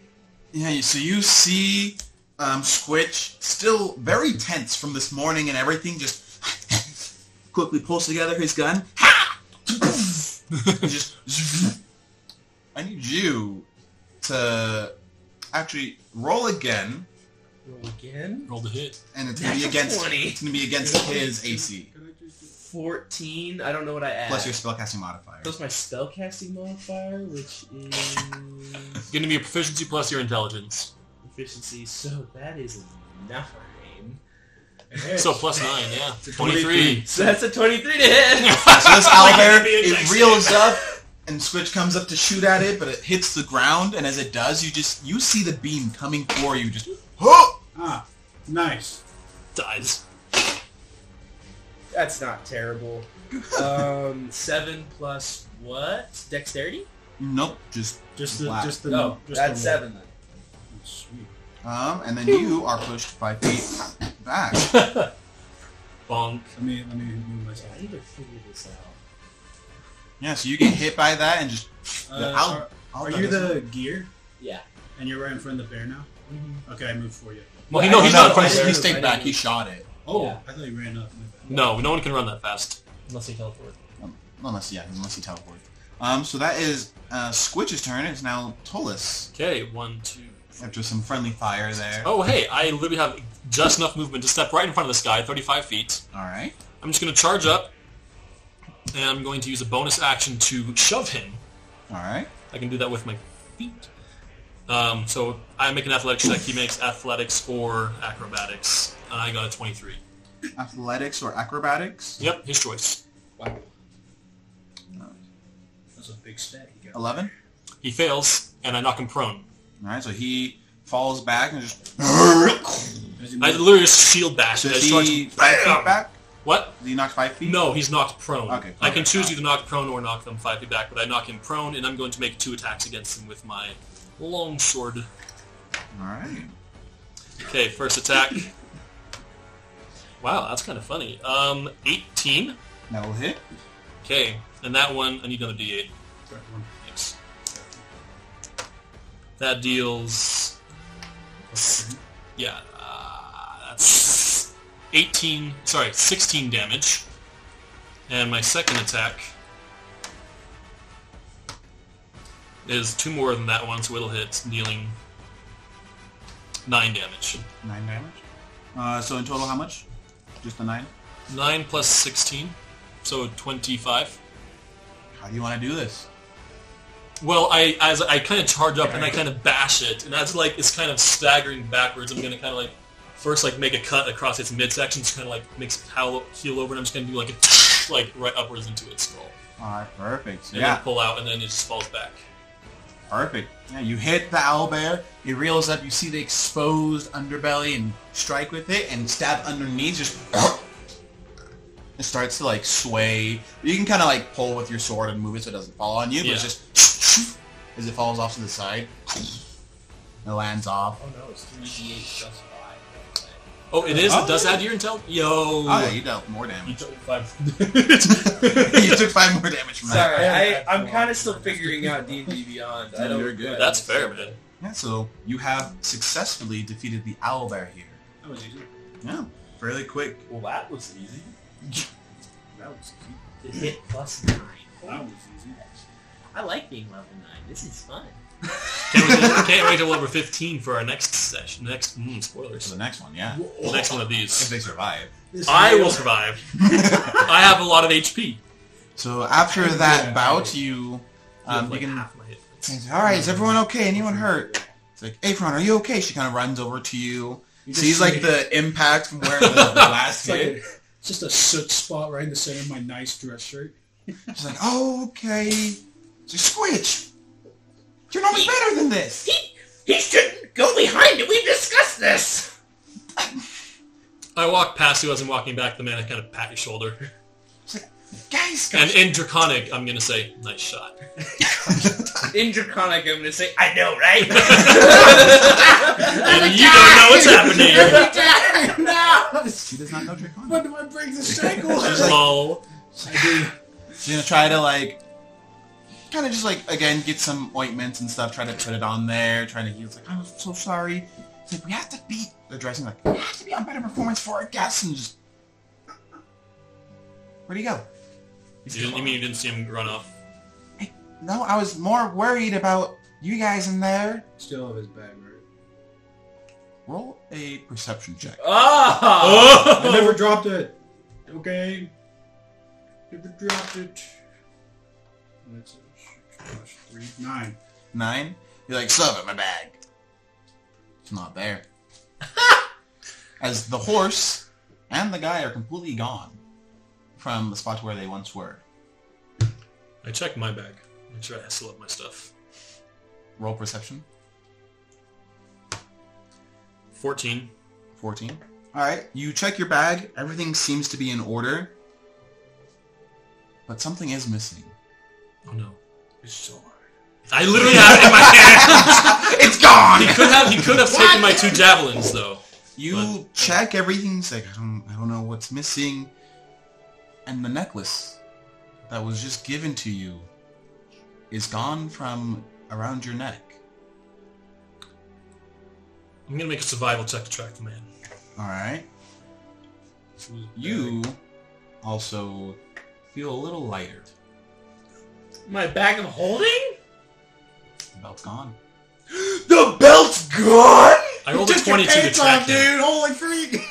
Speaker 2: Yeah, so you see um, Squitch still very tense from this morning and everything, just quickly pulls together his gun. Ha! And just, I need you to actually roll again,
Speaker 4: Roll again.
Speaker 1: Roll the hit.
Speaker 2: and it's gonna be against
Speaker 4: 20.
Speaker 2: it's gonna be against his AC
Speaker 3: Can I just?
Speaker 4: 14. I don't know what I add.
Speaker 2: plus your spellcasting modifier.
Speaker 4: Plus my spellcasting modifier, which is
Speaker 1: Gonna be a proficiency plus your intelligence.
Speaker 4: efficiency. So that is nine.
Speaker 1: So plus 9, yeah.
Speaker 3: a
Speaker 1: 23.
Speaker 4: So that's a 23 to hit.
Speaker 2: So this owlbear,
Speaker 1: be a
Speaker 2: it
Speaker 1: nice
Speaker 2: reels up, and Switch comes up to shoot at it, but it hits the ground, and as it does, you just, you see the beam coming for you, just, oh!
Speaker 3: Ah, nice.
Speaker 1: Dies.
Speaker 4: That's not terrible. Um, seven plus what? Dexterity?
Speaker 2: Nope, just,
Speaker 3: Just the
Speaker 2: Wow.
Speaker 3: just the
Speaker 4: No,
Speaker 3: just
Speaker 4: that's
Speaker 3: the roll. Oh,
Speaker 4: seven. Then.
Speaker 3: Sweet.
Speaker 2: um, and then you are pushed five feet back.
Speaker 1: Bonk.
Speaker 3: Let me let me move myself.
Speaker 4: I need to figure this out.
Speaker 2: Yeah, so you get hit by that and just,
Speaker 3: Uh,
Speaker 2: I'll-
Speaker 3: are-
Speaker 2: I'll
Speaker 3: are
Speaker 2: do
Speaker 3: you
Speaker 2: this.
Speaker 3: the gear?
Speaker 4: Yeah.
Speaker 3: And you're right in front of the bear now. Okay, I moved for you.
Speaker 1: Well, he,
Speaker 4: I
Speaker 1: no,
Speaker 4: don't
Speaker 1: he's
Speaker 4: know
Speaker 1: not in
Speaker 2: no,
Speaker 4: if
Speaker 1: front
Speaker 4: I
Speaker 1: of
Speaker 2: he's,
Speaker 1: you.
Speaker 4: there.
Speaker 2: he's taken back, he shot it.
Speaker 3: Oh,
Speaker 4: Yeah.
Speaker 3: I thought you ran up. My bad.
Speaker 1: No, no one can run that fast.
Speaker 6: Unless he teleported.
Speaker 2: Unless, yeah, unless he teleported. Um, so that is, uh, Squitch's turn, it's now Tolus,
Speaker 1: Okay, one, two.
Speaker 2: after some friendly fire there.
Speaker 1: Oh, hey, I literally have just enough movement to step right in front of this guy, 35 feet.
Speaker 2: Alright.
Speaker 1: I'm just going to charge up, and I'm going to use a bonus action to shove him.
Speaker 2: Alright.
Speaker 1: I can do that with my feet. Um, so I make an athletics check. He makes athletics or acrobatics. And I got a 23.
Speaker 2: Athletics or acrobatics?
Speaker 1: Yep, his choice.
Speaker 3: That's a big stat you got.
Speaker 2: 11?
Speaker 1: He fails, and I knock him prone.
Speaker 2: Alright, so he falls back and just...
Speaker 3: Does he
Speaker 1: I
Speaker 3: move?
Speaker 1: literally just shield bash.
Speaker 2: So
Speaker 1: and I
Speaker 2: is
Speaker 1: charge
Speaker 2: he
Speaker 1: him.
Speaker 2: five feet
Speaker 1: Bam!
Speaker 2: back?
Speaker 1: What?
Speaker 2: Is he knocked five feet?
Speaker 1: No, he's knocked prone.
Speaker 2: Okay,
Speaker 1: I can
Speaker 2: okay.
Speaker 1: choose either knock prone or knock them five feet back, but I knock him prone, and I'm going to make two attacks against him with my long sword.
Speaker 2: Alright.
Speaker 1: Okay, first attack. wow, that's kind of funny. Um, 18.
Speaker 2: That'll hit.
Speaker 1: Okay, and that one, I need another d8.
Speaker 3: Right, one.
Speaker 1: Yes. That deals. Yeah, uh, that's 18. Sorry, 16 damage. And my second attack is two more than that one, so it'll hit, dealing nine damage.
Speaker 2: Nine damage. Uh, so in total, how much? Just the nine?
Speaker 1: Nine plus 16, so 25.
Speaker 2: How do you want to do this?
Speaker 1: Well, I as I kind of charge up and I kind of bash it, and as like it's kind of staggering backwards, I'm gonna kind of like first like make a cut across its midsection, just kind of like makes it howl, heel over, and I'm just gonna do like a like right upwards into its skull,
Speaker 2: Alright, perfect.
Speaker 1: and
Speaker 2: Yeah,
Speaker 1: then pull out, and then it just falls back.
Speaker 2: perfect. Yeah, you hit the owlbear, it reels up, you see the exposed underbelly and strike with it and stab underneath, just it starts to like sway. You can kinda like pull with your sword and move it so it doesn't fall on you, but it's
Speaker 1: Yeah.
Speaker 2: just as it falls off to the side. It lands off.
Speaker 4: Oh no, it's 3d8 plus 5.
Speaker 1: Oh, it is.
Speaker 2: Oh,
Speaker 1: it does
Speaker 2: yeah.
Speaker 1: add to your intel. Yo,
Speaker 2: Oh yeah, you dealt more
Speaker 1: you
Speaker 2: damage.
Speaker 1: took five.
Speaker 2: you took five more damage from that.
Speaker 4: Sorry, I,
Speaker 1: I-
Speaker 4: I'm kind of still figuring out D&D Beyond. I don't,
Speaker 2: You're good.
Speaker 4: I don't
Speaker 1: That's fair, man.
Speaker 4: understand
Speaker 2: Yeah, so you have successfully defeated the owlbear here.
Speaker 3: That was easy.
Speaker 2: Yeah, fairly quick.
Speaker 1: Well, that was easy.
Speaker 3: That was easy.
Speaker 4: it. To hit plus 9.
Speaker 3: That was easy.
Speaker 4: I like being level 9. This is fun.
Speaker 1: Can't wait, till, can't wait till over 15 for our next session. Next, mm,
Speaker 2: So
Speaker 1: spoilers.
Speaker 2: the next one, yeah.
Speaker 1: The next one of
Speaker 2: If
Speaker 1: these.
Speaker 2: they survive.
Speaker 1: I will survive. I have a lot of HP.
Speaker 2: so after that bout, you um,
Speaker 1: like
Speaker 2: you can.
Speaker 1: half my hit points.
Speaker 2: say, All right, is everyone okay? Anyone hurt? It's like, Apron, are you okay? She kind of runs over to you.
Speaker 3: You just
Speaker 2: Sees like
Speaker 3: see-
Speaker 2: the impact from where the, the last
Speaker 3: It's like a,
Speaker 2: hit.
Speaker 3: it's just a soot spot right in the center of my nice dress shirt.
Speaker 2: She's like, oh, okay. She's like, Squidge, you're not better than this.
Speaker 8: He shouldn't go behind it. We've discussed this.
Speaker 1: I walk past you as I'm walking back. The man I kind of pat your shoulder,
Speaker 2: Guys,
Speaker 1: and in draconic, I'm gonna say, "Nice shot."
Speaker 4: In Draconic, I'm going to say, I know, right?
Speaker 1: And you don't know what's happening.
Speaker 2: she does not know Draconic.
Speaker 3: When do I break the shackles?
Speaker 1: Lol.
Speaker 3: I do.
Speaker 2: She's gonna try to like, kind of just like again get some ointments and stuff. Try to put it on there. Trying to heal. It's like I'm so sorry. It's like we have to beat the dressing. Like we have to be on better performance for our guests and just. Where'd he go? He's
Speaker 1: You, didn't- you
Speaker 2: gone.
Speaker 1: mean you didn't see him run off?
Speaker 2: No, I was more worried about you guys in there.
Speaker 3: Still have his bag, right?
Speaker 2: Roll a perception check.
Speaker 4: oh!
Speaker 2: Ah.
Speaker 3: I
Speaker 1: Oh!
Speaker 3: never dropped it. Okay. Never dropped it. That's a six plus three. Nine.
Speaker 2: Nine. You're like, shove it in my bag. It's not there. As the horse and the guy are completely gone from the spot where they once were.
Speaker 1: I checked my bag. Make sure I still have my stuff.
Speaker 2: Roll perception.
Speaker 1: 14.
Speaker 2: 14. All right. You check your bag. Everything seems to be in order. But something is missing.
Speaker 1: Oh no.
Speaker 3: His sword.
Speaker 1: I literally have it in my hand.
Speaker 2: it's gone!
Speaker 1: He could have. He could have taken my two javelins though.
Speaker 2: You
Speaker 1: But-
Speaker 2: check everything. It's like I don't, I don't know what's missing, and the necklace that was just given to you is gone from around your neck.
Speaker 1: I'm gonna make a survival check to track the man.
Speaker 2: All right.
Speaker 3: It was
Speaker 2: You also feel a little lighter.
Speaker 4: My bag of holding?
Speaker 2: The belt's gone.
Speaker 9: The belt's gone.
Speaker 1: I rolled a 22 to track him.
Speaker 9: Holy freak!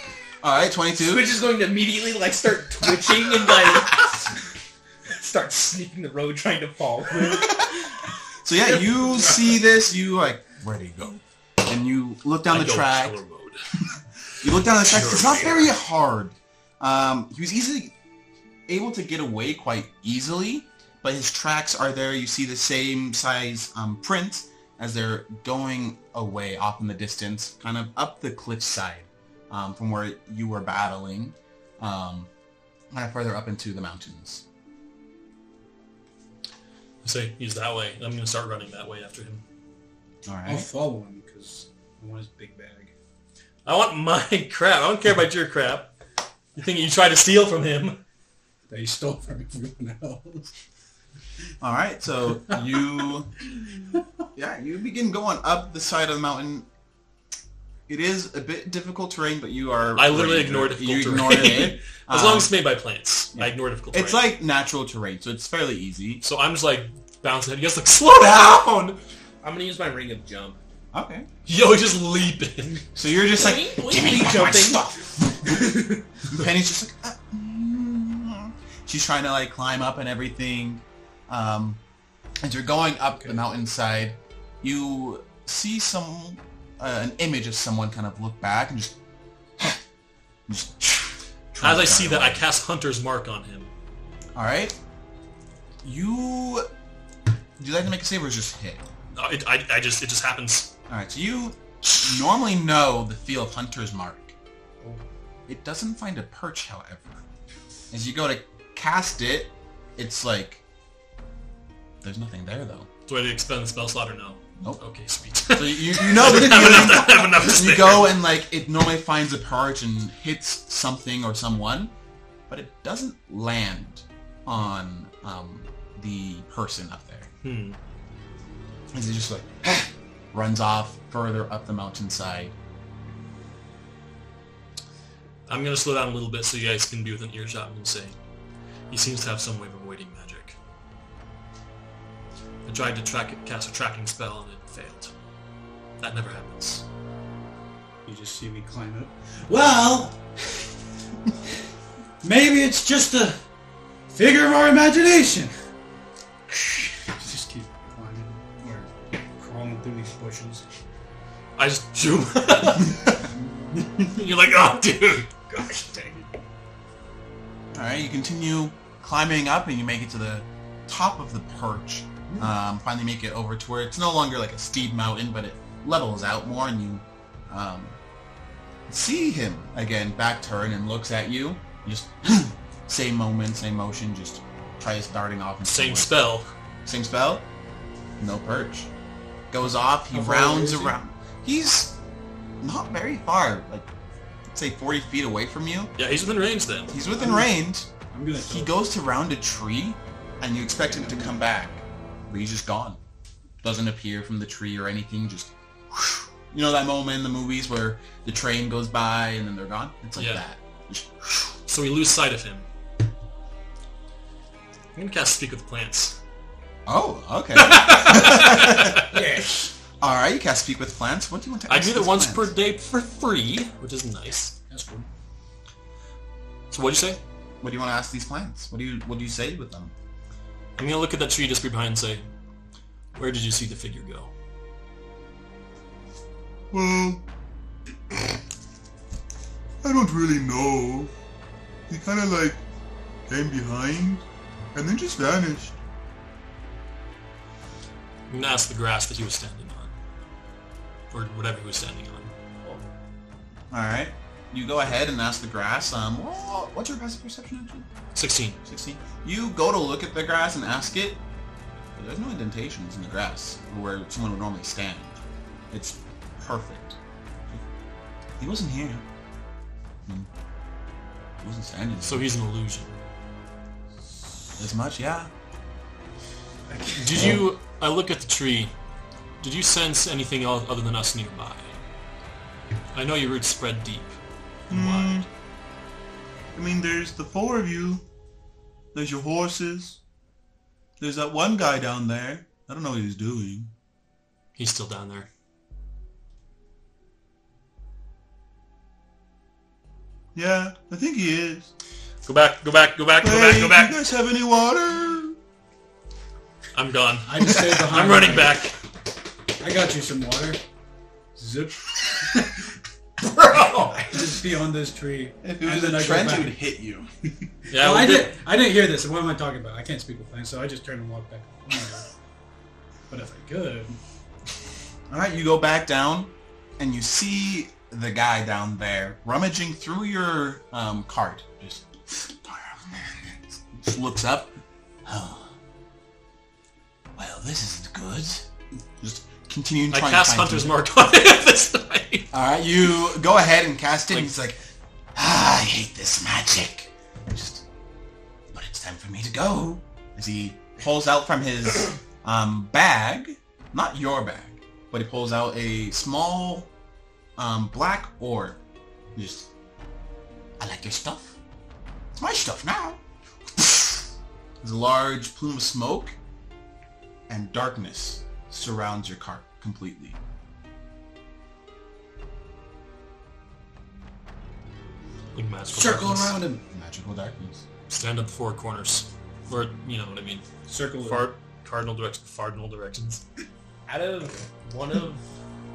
Speaker 2: All right, twenty-two.
Speaker 4: Twitch is going to immediately like start twitching and like start sneaking the road trying to fall.
Speaker 2: So yeah, you see this. You like where do you go? And you look down
Speaker 1: I
Speaker 2: the
Speaker 1: go
Speaker 2: track.
Speaker 1: killer mode.
Speaker 2: You look down the track. It's not very hard. Um, he was easily able to get away quite easily, but his tracks are there. You see the same size um, print as they're going away off in the distance, kind of up the cliffside um, from where you were battling, um, kind of further up into the mountains.
Speaker 1: I say he's that way. I'm gonna start running that way after him.
Speaker 2: All
Speaker 3: I'll
Speaker 2: right.
Speaker 3: follow him because I want his big bag.
Speaker 1: I want my crap. I don't care about your crap. You think you tried to steal from him?
Speaker 3: That he stole from everyone else.
Speaker 2: All right. So you, yeah, you begin going up the side of the mountain. It is a bit difficult terrain, but you are.
Speaker 1: I literally
Speaker 2: brave.
Speaker 1: ignored
Speaker 2: You
Speaker 1: difficult
Speaker 2: ignored
Speaker 1: terrain.
Speaker 2: it.
Speaker 1: as
Speaker 2: Um,
Speaker 1: long as it's made by plants, I ignore difficult
Speaker 2: It's
Speaker 1: terrain.
Speaker 2: like natural terrain, so it's fairly easy.
Speaker 1: so I'm just like bouncing. You guys like slow down.
Speaker 4: I'm gonna use my ring of jump.
Speaker 2: Okay.
Speaker 1: Yo, he's just leaping.
Speaker 2: So you're just like,
Speaker 4: Boing,
Speaker 2: give me
Speaker 4: boing,
Speaker 2: my
Speaker 4: jumping."
Speaker 2: stuff. And Penny's just like, "Uh, mm." she's trying to like climb up and everything. Um, as you're going up the mountainside, you see some uh, an image of someone kind of look back and just
Speaker 1: As I see that, I cast Hunter's Mark on him.
Speaker 2: All right. You. Do you like to make a save or just hit?
Speaker 1: Uh, It, I, I just, it just happens.
Speaker 2: All right. So you normally know the feel of Hunter's Mark. It doesn't find a perch, however. As you go to cast it, it's like there's nothing there though.
Speaker 1: Do I expend the spell slot or no?
Speaker 2: Nope.
Speaker 1: Okay, sweet.
Speaker 2: So you, you know the
Speaker 1: I have
Speaker 2: feeling.
Speaker 1: enough, I have enough
Speaker 2: you
Speaker 1: spare.
Speaker 2: go and like it normally finds a perch and hits something or someone, but it doesn't land on um, the person up there.
Speaker 1: Hmm.
Speaker 2: And it just like runs off further up the mountainside.
Speaker 1: I'm gonna slow down a little bit so you guys can be within earshot and say, he seems to have some way of avoiding magic. I tried to track it, cast a tracking spell and it failed. That never happens.
Speaker 3: You just see me climb up. Well, maybe it's just a figure of our imagination. just keep climbing or crawling through these bushes.
Speaker 1: I just zoom. You're like, oh, dude.
Speaker 4: Gosh dang it.
Speaker 2: All right, you continue climbing up, and you make it to the top of the perch. Um, finally, make it over to where it's no longer like a steep mountain, but it levels out more, and you um, see him again. Back turn and looks at you. Just same moment, same motion. Just tries darting off. And
Speaker 1: Same
Speaker 2: forward.
Speaker 1: spell.
Speaker 2: Same spell. No perch. Goes off. He
Speaker 3: How far away
Speaker 2: rounds
Speaker 3: is he?
Speaker 2: around. He's not very far. Like, say, forty feet away from you.
Speaker 1: Yeah, he's within range then.
Speaker 2: He's within range.
Speaker 3: I'm gonna
Speaker 2: He
Speaker 3: tell-
Speaker 2: goes to round a tree, and you expect him to come back, but he's just gone. Doesn't appear from the tree or anything. Just, whoosh. you know that moment in the movies where the train goes by and then they're gone. It's like
Speaker 1: Yeah.
Speaker 2: that. Just,
Speaker 1: So we lose sight of him. I'm gonna cast Speak with Plants.
Speaker 2: oh, okay. All right, you cast speak with plants. What do you want to?
Speaker 1: I
Speaker 2: ask
Speaker 1: do that
Speaker 2: these
Speaker 1: once
Speaker 2: plants?
Speaker 1: per day for free, which is nice.
Speaker 3: That's cool.
Speaker 1: So what'd you say?
Speaker 2: What do you want to ask these plants? What do you What do you say with them?
Speaker 1: I'm gonna look at that tree just behind and say, where did you see the figure go?
Speaker 7: Well, I don't really know. He kind of like came behind and then just vanished.
Speaker 1: I'm gonna ask the grass that he was standing on. Or whatever he was standing on.
Speaker 2: All right, you go ahead and ask the grass. Um, what- what's your passive perception actually?
Speaker 1: 16.
Speaker 2: 16. You go to look at the grass and ask it, but there's no indentations in the grass where someone would normally stand. It's perfect. He wasn't here. Hmm. He wasn't standing
Speaker 1: So he's an illusion.
Speaker 2: as much, yeah.
Speaker 1: Did you, I look at the tree, did you sense anything else other than us nearby? I know your roots spread deep
Speaker 7: Hmm.
Speaker 1: and wide.
Speaker 7: I mean, there's the four of you. There's your horses. There's that one guy down there. I don't know what he's doing.
Speaker 1: He's still down there.
Speaker 7: Yeah, I think he is.
Speaker 1: Go back, go back, go back, go back, go
Speaker 7: Hey, do you
Speaker 1: back.
Speaker 7: guys have any water?
Speaker 1: I'm gone.
Speaker 3: I just stay behind.
Speaker 1: I'm running back.
Speaker 3: I got you some water. Zip.
Speaker 1: Bro!
Speaker 3: Just be on this tree.
Speaker 2: If
Speaker 3: And then I go back.
Speaker 2: hit you.
Speaker 1: Yeah,
Speaker 3: Well,
Speaker 1: we
Speaker 3: I
Speaker 1: did.
Speaker 3: did. I didn't hear this. What am I talking about? I can't speak with plants, so I just turned and walked back. Oh my God. But if I could,
Speaker 2: All right, you go back down, and you see the guy down there rummaging through your um, cart. Just, just looks up. Oh. Well, this isn't good. Just continuing
Speaker 1: I
Speaker 2: trying
Speaker 1: cast
Speaker 2: to find
Speaker 1: Hunter's
Speaker 2: things.
Speaker 1: Mark on it this time.
Speaker 2: All right, you go ahead and cast it. and he's like, ah, I hate this magic. Just, but it's time for me to go. As he pulls out from his um, bag, not your bag, but he pulls out a small um, black orb. Just, I like your stuff. It's my stuff now. There's a large plume of smoke, and darkness surrounds your cart completely.
Speaker 1: Like magical
Speaker 3: circle
Speaker 1: darkness.
Speaker 3: around him.
Speaker 2: Magical darkness.
Speaker 1: Stand up four corners. Or, you know what I mean.
Speaker 3: Circle. him.
Speaker 1: Far, cardinal direction, cardinal directions.
Speaker 4: Out of one of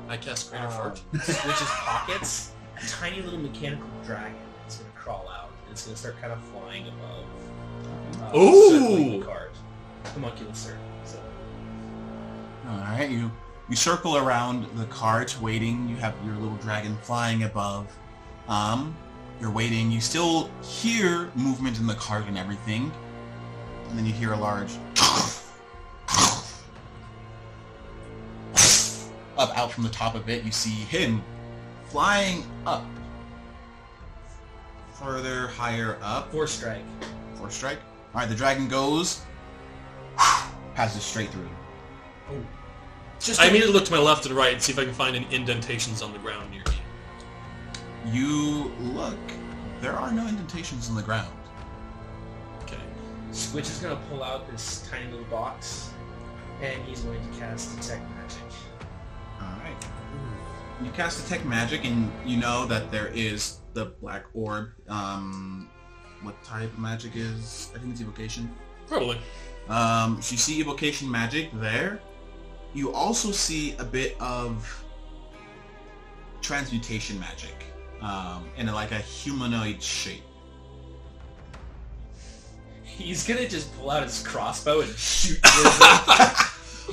Speaker 1: I cast Greater
Speaker 4: uh,
Speaker 1: Fart.
Speaker 3: Um.
Speaker 4: Switch's pockets, a tiny little mechanical dragon crawl out. And it's gonna start kind of flying above. Uh,
Speaker 1: Ooh!
Speaker 4: circling the cart. Homunculus circle. So
Speaker 2: All right, you you circle around the cart, waiting. You have your little dragon flying above. Um, you're waiting. You still hear movement in the cart and everything, and then you hear a large up out from the top of it. You see him flying up, further higher up.
Speaker 4: four strike.
Speaker 2: Four strike. All right, the dragon goes, passes straight through.
Speaker 1: Just I immediately look to my left and right and see if I can find any indentations on the ground near me.
Speaker 2: You look. There are no indentations in the ground.
Speaker 1: Okay.
Speaker 4: Squidge is gonna pull out this tiny little box, and he's going to cast detect magic.
Speaker 2: All right. You cast detect magic, and you know that there is the black orb. Um, what type of magic is? I think it's evocation.
Speaker 1: Probably.
Speaker 2: Um, so you see evocation magic there. You also see a bit of transmutation magic, um, in like a humanoid shape.
Speaker 4: He's gonna just pull out his crossbow and shoot.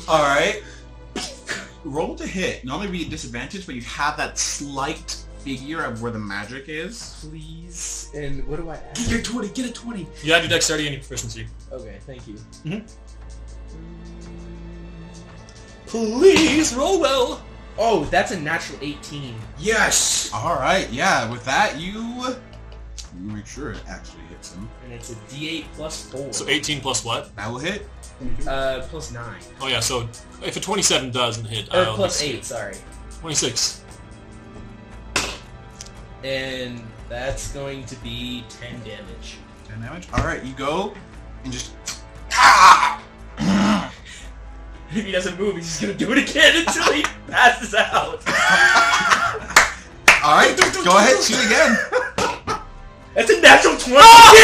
Speaker 2: All right. Roll to hit. Normally it'd be a disadvantage, but you have that slight figure of where the magic is.
Speaker 4: Please. And what do I add?
Speaker 3: Get a 20, get a 20.
Speaker 1: You add your dexterity and your proficiency.
Speaker 4: Okay, thank you.
Speaker 5: Mm-hmm.
Speaker 4: Mm.
Speaker 1: Please roll well.
Speaker 4: Oh, that's a natural 18.
Speaker 3: Yes!
Speaker 2: All right. Yeah. With that, you you make sure it actually hits him.
Speaker 4: And it's a D8 plus 4.
Speaker 1: So 18 plus what?
Speaker 2: That will hit.
Speaker 4: Uh, plus 9.
Speaker 1: Oh yeah. So if a 27 doesn't hit,
Speaker 4: Or
Speaker 1: I'll
Speaker 4: plus
Speaker 1: just-
Speaker 4: 8, sorry.
Speaker 1: 26.
Speaker 4: And that's going to be 10 damage.
Speaker 2: Ten damage. All right. You go and just
Speaker 4: If he doesn't move, he's just gonna do it again until he passes out.
Speaker 2: all right. go ahead. Shoot again.
Speaker 4: That's a natural 20.
Speaker 5: Ah!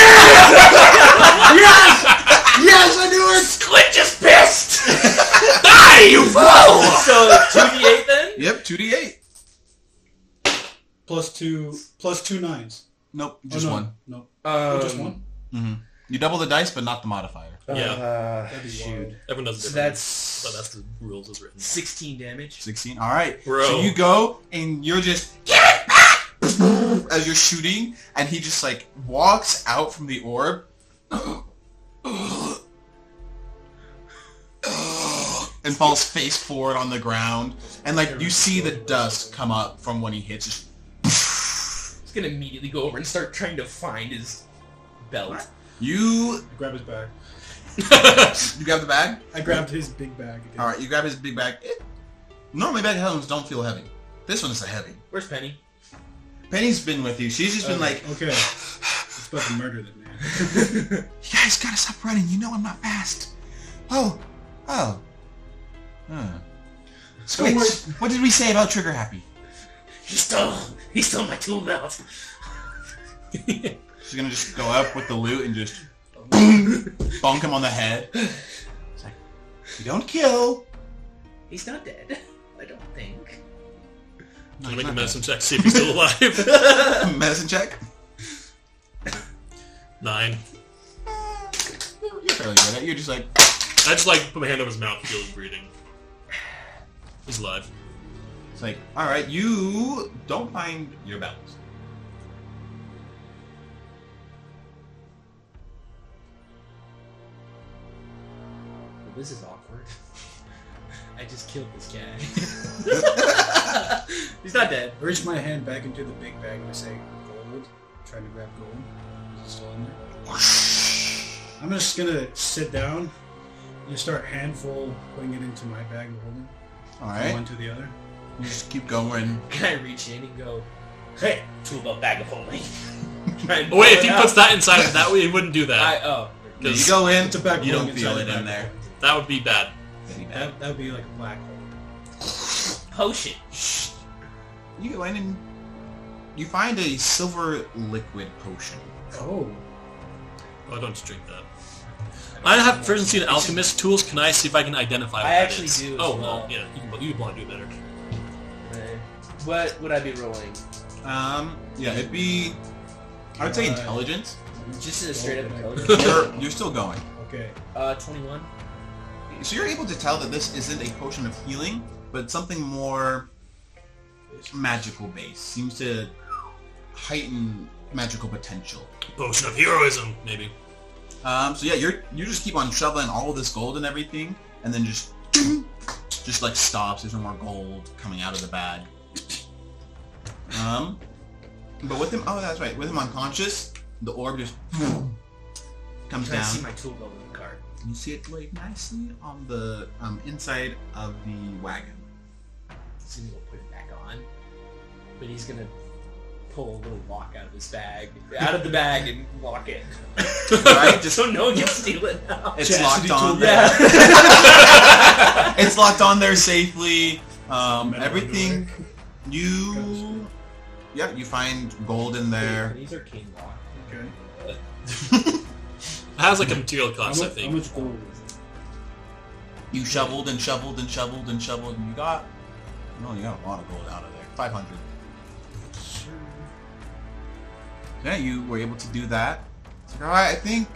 Speaker 2: yes, I do
Speaker 5: Squidge is pissed! Die, you fool!
Speaker 4: So 2d8 then?
Speaker 2: it. Yep. Two d eight.
Speaker 3: Plus two, plus two nines.
Speaker 2: Nope.
Speaker 3: Oh,
Speaker 2: Just
Speaker 3: no,
Speaker 2: one.
Speaker 3: No.
Speaker 4: Um,
Speaker 3: Oh, just one?
Speaker 2: You double the dice, but not the modifier.
Speaker 1: Yeah.
Speaker 4: Uh,
Speaker 3: That'd be
Speaker 4: shoot.
Speaker 3: wild.
Speaker 1: Everyone does it
Speaker 4: So
Speaker 1: differently.
Speaker 4: that's
Speaker 1: But that's the rules as written.
Speaker 4: 16 damage.
Speaker 2: Sixteen. All right.
Speaker 1: Bro.
Speaker 2: So you go and you're just get it back as you're shooting, and he just like walks out from the orb. And falls face forward on the ground, and like you see the dust come up from when he hits. Just,
Speaker 4: He's gonna immediately go over and start trying to find his belt.
Speaker 2: you
Speaker 3: I grab his bag.
Speaker 2: you grab the bag.
Speaker 3: I grabbed his big bag. Again.
Speaker 2: All right, you grab his big bag. It, normally, bag helmets don't feel heavy. This one's a heavy.
Speaker 4: Where's Penny?
Speaker 2: Penny's been with you. She's just been like,
Speaker 3: okay, it's about to murder that man.
Speaker 2: You guys gotta stop running. You know I'm not fast. Oh, oh. Huh. Squidge, what did we say about trigger happy?
Speaker 5: He stole, he stole my tool belt.
Speaker 2: She's gonna just go up with the loot and just bonk him on the head. It's like, you don't kill.
Speaker 4: He's not dead. I don't think.
Speaker 1: I'm gonna make a medicine check, see if he's still alive.
Speaker 2: Medicine check.
Speaker 1: Nine.
Speaker 2: Uh, You're fairly good at. it. You're just like,
Speaker 1: I just like put my hand over his mouth, feel his breathing. He's alive.
Speaker 2: it's like, all right, you don't find your balance.
Speaker 4: Well, this is awkward. I just killed this guy. He's not dead.
Speaker 3: I reach my hand back into the big bag and I say, gold. Trying to grab gold. Is it still in there? I'm just gonna sit down and just start handful putting it into my bag and holding it
Speaker 2: All
Speaker 3: from
Speaker 2: right,
Speaker 3: one to the other.
Speaker 2: you just keep going.
Speaker 4: Can I reach in and go?
Speaker 5: Hey, tool belt bag of holding.
Speaker 4: Try and
Speaker 1: Oh wait,
Speaker 4: pull
Speaker 1: if he
Speaker 4: it out?
Speaker 1: puts that inside of that, it wouldn't do
Speaker 4: I
Speaker 1: that.
Speaker 4: oh,
Speaker 2: You
Speaker 1: Because
Speaker 2: go in,
Speaker 3: It's a bag
Speaker 2: you don't
Speaker 3: holding
Speaker 2: feel
Speaker 3: inside
Speaker 2: it
Speaker 3: the
Speaker 2: in
Speaker 3: bag
Speaker 2: there.
Speaker 1: that would be bad.
Speaker 3: That that would be like a black hole.
Speaker 5: Potion.
Speaker 2: You go in and you find a silver liquid potion.
Speaker 3: Oh,
Speaker 1: Why Oh, don't you drink that? I have proficiency in alchemist tools. Can I see if I can identify? What
Speaker 4: I
Speaker 1: that
Speaker 4: actually
Speaker 1: is?
Speaker 4: do as
Speaker 1: Oh
Speaker 4: well.
Speaker 1: yeah, you can. You want to do better.
Speaker 4: Okay. What would I be rolling?
Speaker 2: Um, yeah, it'd be I would say intelligence.
Speaker 4: Just in a straight up intelligence.
Speaker 2: You're, you're still going.
Speaker 3: Oh, Okay.
Speaker 4: Uh, 21.
Speaker 2: So you're able to tell that this isn't a potion of healing, but something more magical based. Seems to heighten magical potential.
Speaker 6: Potion of heroism, maybe.
Speaker 2: Um, so yeah, you're you just keep on shoveling all of this gold and everything, and then just just like stops. There's no more gold coming out of the bag. Um, but with him, oh that's right, with him unconscious, the orb just comes
Speaker 4: Trying to
Speaker 2: down.
Speaker 4: see my tool belt in the card.
Speaker 2: You see it laid nicely on the um, inside of the wagon.
Speaker 4: So he'll put it back on. But he's gonna pull a little walk out of his bag. Out of the bag and walk it.
Speaker 2: Right? Just
Speaker 4: So no one can steal it now.
Speaker 2: it's
Speaker 3: Chastity
Speaker 2: locked on.
Speaker 3: tool. Yeah.
Speaker 2: It's locked on there safely. Um,
Speaker 3: Metal
Speaker 2: everything
Speaker 3: Goes.
Speaker 2: you, yeah, you find gold in there.
Speaker 4: These are king lock.
Speaker 3: Okay.
Speaker 6: It has like a material
Speaker 3: How
Speaker 6: cost, I
Speaker 3: much, how
Speaker 6: think.
Speaker 3: much gold is it?
Speaker 2: You shoveled and shoveled and shoveled and shoveled, and you got. Oh, you got a lot of gold out of there. Five hundred. Yeah, you were able to do that. It's like, all right, I think,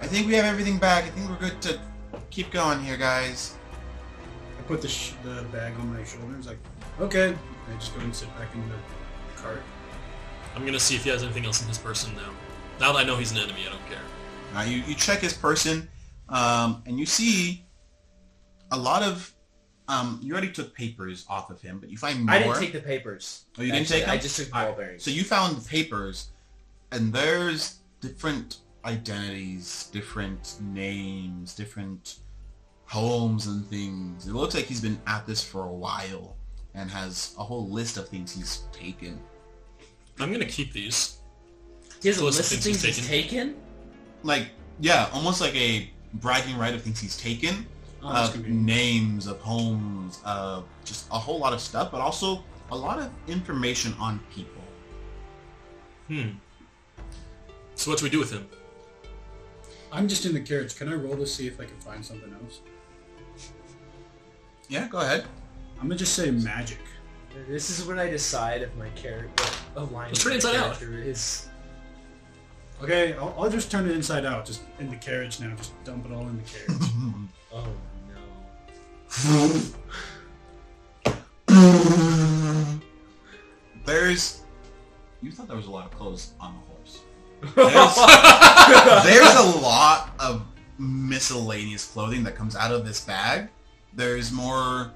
Speaker 2: I think we have everything back. I think we're good to keep going here, guys.
Speaker 3: I put the, sh- the bag on my shoulders. Like, okay. I just go and sit back in the cart.
Speaker 6: I'm gonna see if he has anything else in his person now. Now that I know he's an enemy, I don't care.
Speaker 2: Now you, you check his person, um, and you see a lot of. Um, you already took papers off of him, but you find more.
Speaker 4: I didn't take the papers.
Speaker 2: Oh, you didn't
Speaker 4: Actually,
Speaker 2: take
Speaker 4: I
Speaker 2: them?
Speaker 4: just took the
Speaker 2: All right.
Speaker 4: ball bearings.
Speaker 2: So you found papers, and there's different identities, different names, different homes and things. It looks like he's been at this for a while and has a whole list of things he's taken.
Speaker 6: I'm gonna keep these.
Speaker 4: He has a
Speaker 6: Those are
Speaker 4: list of
Speaker 6: things
Speaker 4: things
Speaker 6: he's
Speaker 4: he's taken.
Speaker 2: Like, yeah, almost like a bragging right of things he's taken,
Speaker 3: Oh, that's
Speaker 2: of
Speaker 3: convenient.
Speaker 2: names, of homes, of just a whole lot of stuff, but also a lot of information on people.
Speaker 6: Hmm. So what do we do with him?
Speaker 3: I'm just in the carriage. Can I roll to see if I can find something else?
Speaker 2: Yeah, go ahead.
Speaker 3: I'm gonna just say magic.
Speaker 4: This is when I decide if my character aligns.
Speaker 6: Let's turn it inside out.
Speaker 4: Is
Speaker 3: Okay, I'll, I'll just turn it inside out, just in the carriage now. Just dump it all in the carriage.
Speaker 4: oh no.
Speaker 2: There's. You thought there was a lot of clothes on the horse. There's, there's a lot of miscellaneous clothing that comes out of this bag. There's more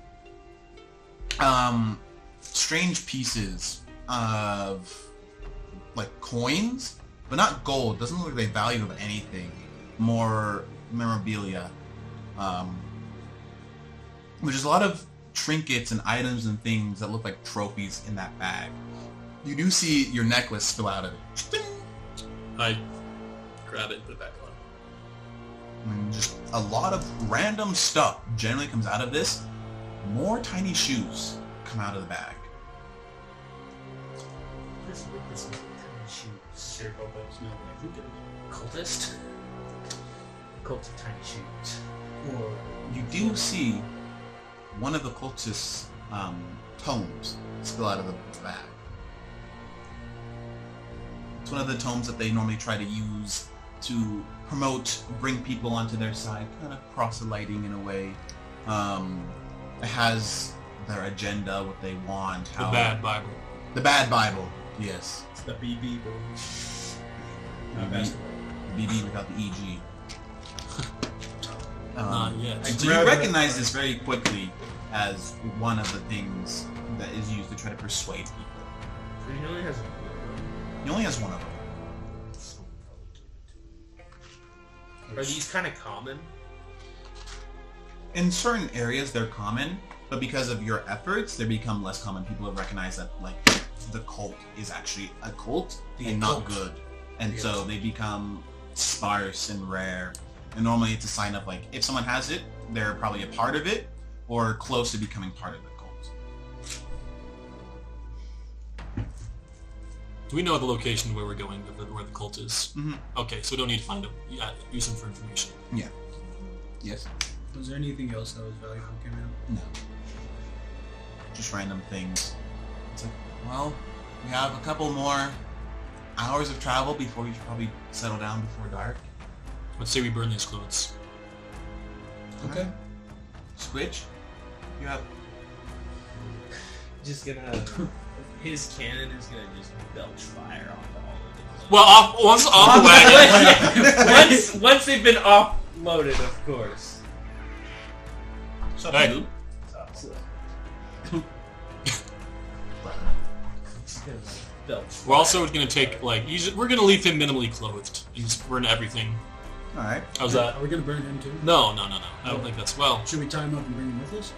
Speaker 2: um, strange pieces of like coins, but not gold. Doesn't look like they value of anything. More memorabilia, um, which is a lot of trinkets and items and things that look like trophies in that bag. You do see your necklace spill out of it, Ding!
Speaker 6: I grab it and put it back on.
Speaker 2: and just a lot of random stuff generally comes out of this. More tiny shoes come out of the bag.
Speaker 4: This this shoes.
Speaker 3: Here, hope it's not like who did
Speaker 4: Cultist. Cult of tiny shoes.
Speaker 3: it? Or
Speaker 2: You do see one of the cultist's um, tomes spill out of the bag. It's one of the tomes that they normally try to use to promote, bring people onto their side, kind of proselyting in a way. Um, it has their agenda, what they want,
Speaker 6: The
Speaker 2: how
Speaker 6: bad Bible.
Speaker 2: the bad Bible. Yes,
Speaker 3: it's the BB bro. Not
Speaker 2: Mhm.
Speaker 3: basketball.
Speaker 2: BB without the EG. Um,
Speaker 6: Not yet.
Speaker 2: And So you recognize this very quickly as one of the things that is used to try to persuade people.
Speaker 4: He only has.
Speaker 2: He only has one of them.
Speaker 4: Are these kind of common?
Speaker 2: In certain areas, they're common, but because of your efforts, they become less common. People have recognized that, like, the cult is actually a cult and not good. And so they become sparse and rare. And normally it's a sign of, like, if someone has it, they're probably a part of it or close to becoming part of the cult.
Speaker 6: Do we know the location where we're going, where the, where the cult is?
Speaker 4: Mm-hmm.
Speaker 2: Mhm.
Speaker 6: Okay, so we don't need to find him. Yeah, use him for information.
Speaker 2: Yes.
Speaker 3: Was there anything else that was valuable came out?
Speaker 2: No. Just random things. It's like, well, we have a couple more
Speaker 7: hours of travel before we should probably settle down before dark.
Speaker 1: Let's say we burn these clothes.
Speaker 7: Okay. Switch. You have
Speaker 4: Just gonna. His cannon is gonna just belch fire off all of them.
Speaker 1: Well, off, once off the wagon,
Speaker 4: once, once they've been offloaded, of course.
Speaker 1: Hey.
Speaker 4: Belch.
Speaker 1: we're also going to take like you should- we're going to leave him minimally clothed and just burn everything.
Speaker 7: all right.
Speaker 1: How's that?
Speaker 3: Are we gonna burn him too?
Speaker 1: No, no, no, no. I don't think that's well.
Speaker 3: Should we tie him up and bring him with us?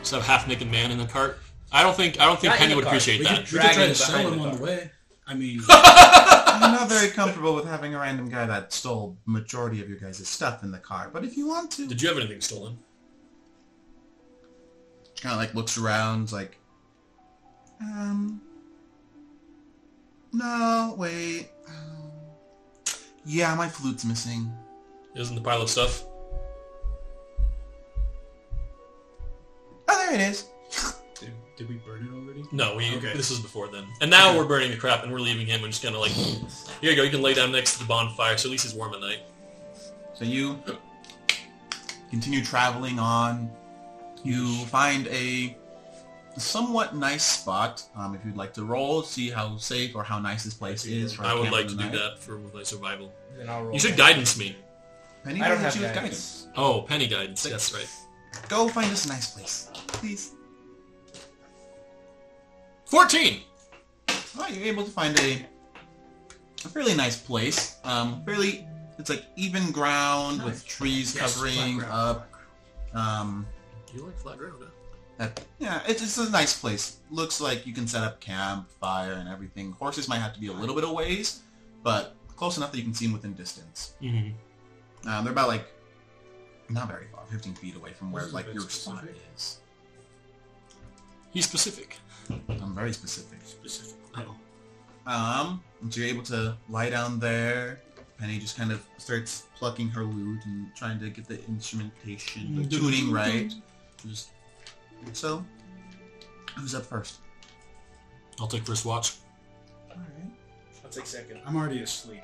Speaker 1: Just have half naked man in the cart. I don't think I don't think
Speaker 4: Not in
Speaker 1: Penny
Speaker 4: the
Speaker 1: would
Speaker 4: cart.
Speaker 1: appreciate
Speaker 3: We
Speaker 1: that.
Speaker 3: could, we could
Speaker 4: Drag
Speaker 3: try
Speaker 4: him
Speaker 3: to sell
Speaker 4: behind
Speaker 3: him
Speaker 4: the
Speaker 3: on the
Speaker 4: car.
Speaker 3: way. I mean,
Speaker 7: I'm not very comfortable with having a random guy that stole majority of your guys' stuff in the car, but if you want to,
Speaker 1: Did you have anything stolen?
Speaker 7: kind of like looks around, like, um, no, wait, um, yeah, my flute's missing.
Speaker 1: Isn't the pile of stuff?
Speaker 7: Oh, there it is.
Speaker 3: did, did we burn it already?
Speaker 1: No, we.
Speaker 3: Okay.
Speaker 1: This was before then. And now we're burning the crap and we're leaving him. We're just gonna like, here you go. You can lay down next to the bonfire, so at least he's warm at night.
Speaker 7: So you continue traveling on. You find a somewhat nice spot. Um, if you'd like to roll, see how safe or how nice this place is. For a
Speaker 1: I would
Speaker 7: camp
Speaker 1: like
Speaker 7: for
Speaker 1: to
Speaker 7: the
Speaker 1: do
Speaker 7: night.
Speaker 1: that for my survival.
Speaker 4: Then I'll roll.
Speaker 1: You should
Speaker 4: back.
Speaker 1: guidance me.
Speaker 7: Penny
Speaker 4: I don't
Speaker 7: will hit
Speaker 4: have
Speaker 7: you with
Speaker 4: guidance.
Speaker 1: Oh, penny guidance. That's right.
Speaker 7: guidance. Go find us a nice place, please.
Speaker 1: Fourteen.
Speaker 7: Oh, you're able to find a, a fairly nice place. Um, fairly, it's like even ground with trees covering up. Um,
Speaker 1: You like flat ground? Huh?
Speaker 7: that, yeah, it's, it's a nice place. Looks like you can set up camp, fire, and everything. Horses might have to be a little bit of ways, but close enough that you can see them within distance.
Speaker 1: Mm-hmm.
Speaker 7: Um, they're about like not very far, 15 feet away from where
Speaker 3: This is a
Speaker 7: like
Speaker 3: bit
Speaker 7: your spot
Speaker 3: specific.
Speaker 7: is.
Speaker 1: He's specific.
Speaker 7: I'm very specific.
Speaker 3: Specific.
Speaker 7: Um, and so you're able to lie down there. Penny just kind of starts plucking her lute and trying to get the instrumentation, the tuning right. Just so, who's up first?
Speaker 1: I'll take first watch.
Speaker 7: All right.
Speaker 4: I'll take second.
Speaker 3: I'm already asleep.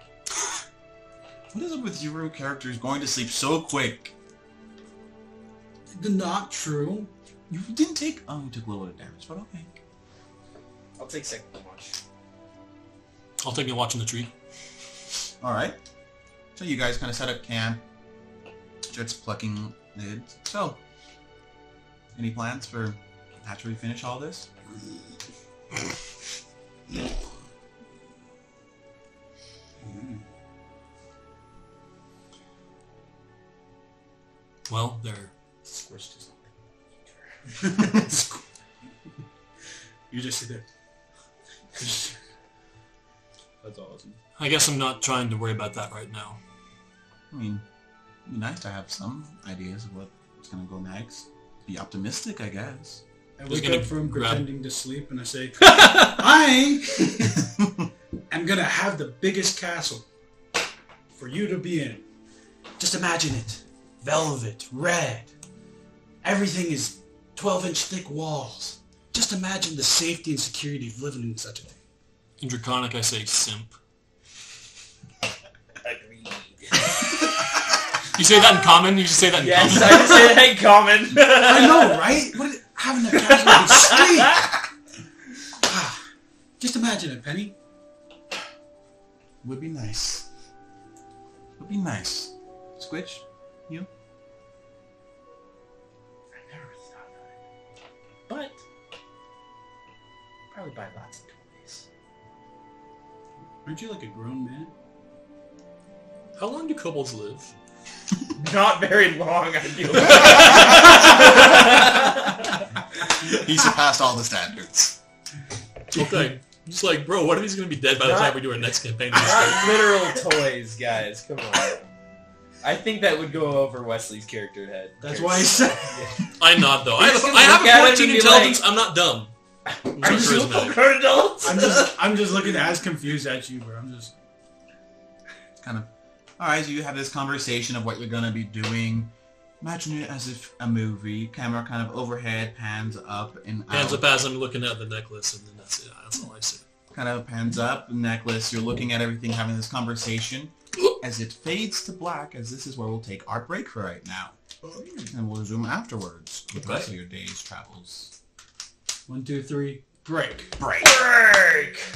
Speaker 7: What is it with Yuru characters going to sleep so quick?
Speaker 3: Not true.
Speaker 7: You didn't take. Oh, you took a little bit of damage, but okay.
Speaker 4: I'll take second watch.
Speaker 1: I'll take me watching the tree.
Speaker 7: All right. So you guys kind of set up camp. Starts plucking it. So, any plans for after we finish all this?
Speaker 1: Well, there.
Speaker 4: Squished his
Speaker 3: You just sit there. That's awesome.
Speaker 1: I guess I'm not trying to worry about that right now.
Speaker 7: I mean, it'd be nice to have some ideas of what's gonna go next. Be optimistic, I guess.
Speaker 3: I
Speaker 1: Just
Speaker 3: wake
Speaker 1: gonna
Speaker 3: up from
Speaker 1: grab-
Speaker 3: pretending to sleep and I say, I am gonna have the biggest castle for you to be in. Just imagine it. Velvet, red. Everything is 12 inch thick walls. Just imagine the safety and security of living in such a thing.
Speaker 1: In Draconic, I say simp.
Speaker 4: Agreed.
Speaker 1: You say that in common? You should say that in
Speaker 4: Yes,
Speaker 1: common?
Speaker 4: I just say that in common.
Speaker 3: I know, right? What is, having a castle would be sweet. Ah, Just imagine it, Penny.
Speaker 7: Would be nice. Would be nice. Squitch, you?
Speaker 4: but probably buy lots of toys.
Speaker 3: Aren't you like a grown man?
Speaker 1: How long do kobolds live?
Speaker 4: Not very long, I do.
Speaker 7: He surpassed all the standards.
Speaker 1: Okay. Just like, bro, what if he's going to be dead by the
Speaker 4: Not-
Speaker 1: time we do our next campaign?
Speaker 4: Not literal toys, guys. Come on. I think that would go over Wesley's character head.
Speaker 3: That's why I said.
Speaker 1: I nod, though. I
Speaker 4: He's
Speaker 1: have,
Speaker 4: gonna
Speaker 1: I have
Speaker 4: look at
Speaker 1: a 14
Speaker 4: him and be
Speaker 1: intelligence. I'm not dumb. I'm
Speaker 4: Are you
Speaker 1: so
Speaker 4: still
Speaker 1: charismatic.
Speaker 4: adults?
Speaker 3: I'm just, I'm just looking as confused at you, bro. I'm just.
Speaker 7: kind of all right so you have this conversation of what you're going to be doing imagine it as if a movie camera kind of overhead pans up and
Speaker 1: Hands
Speaker 7: out
Speaker 1: up as I'm looking at the necklace, and then that's it. That's all I see.
Speaker 2: kind of pans up, necklace. You're looking at everything, having this conversation. As it fades to black, as this is where we'll take our break for right now. And we'll resume afterwards with the rest of your day's travels.
Speaker 3: One, two, three, break.
Speaker 2: Break.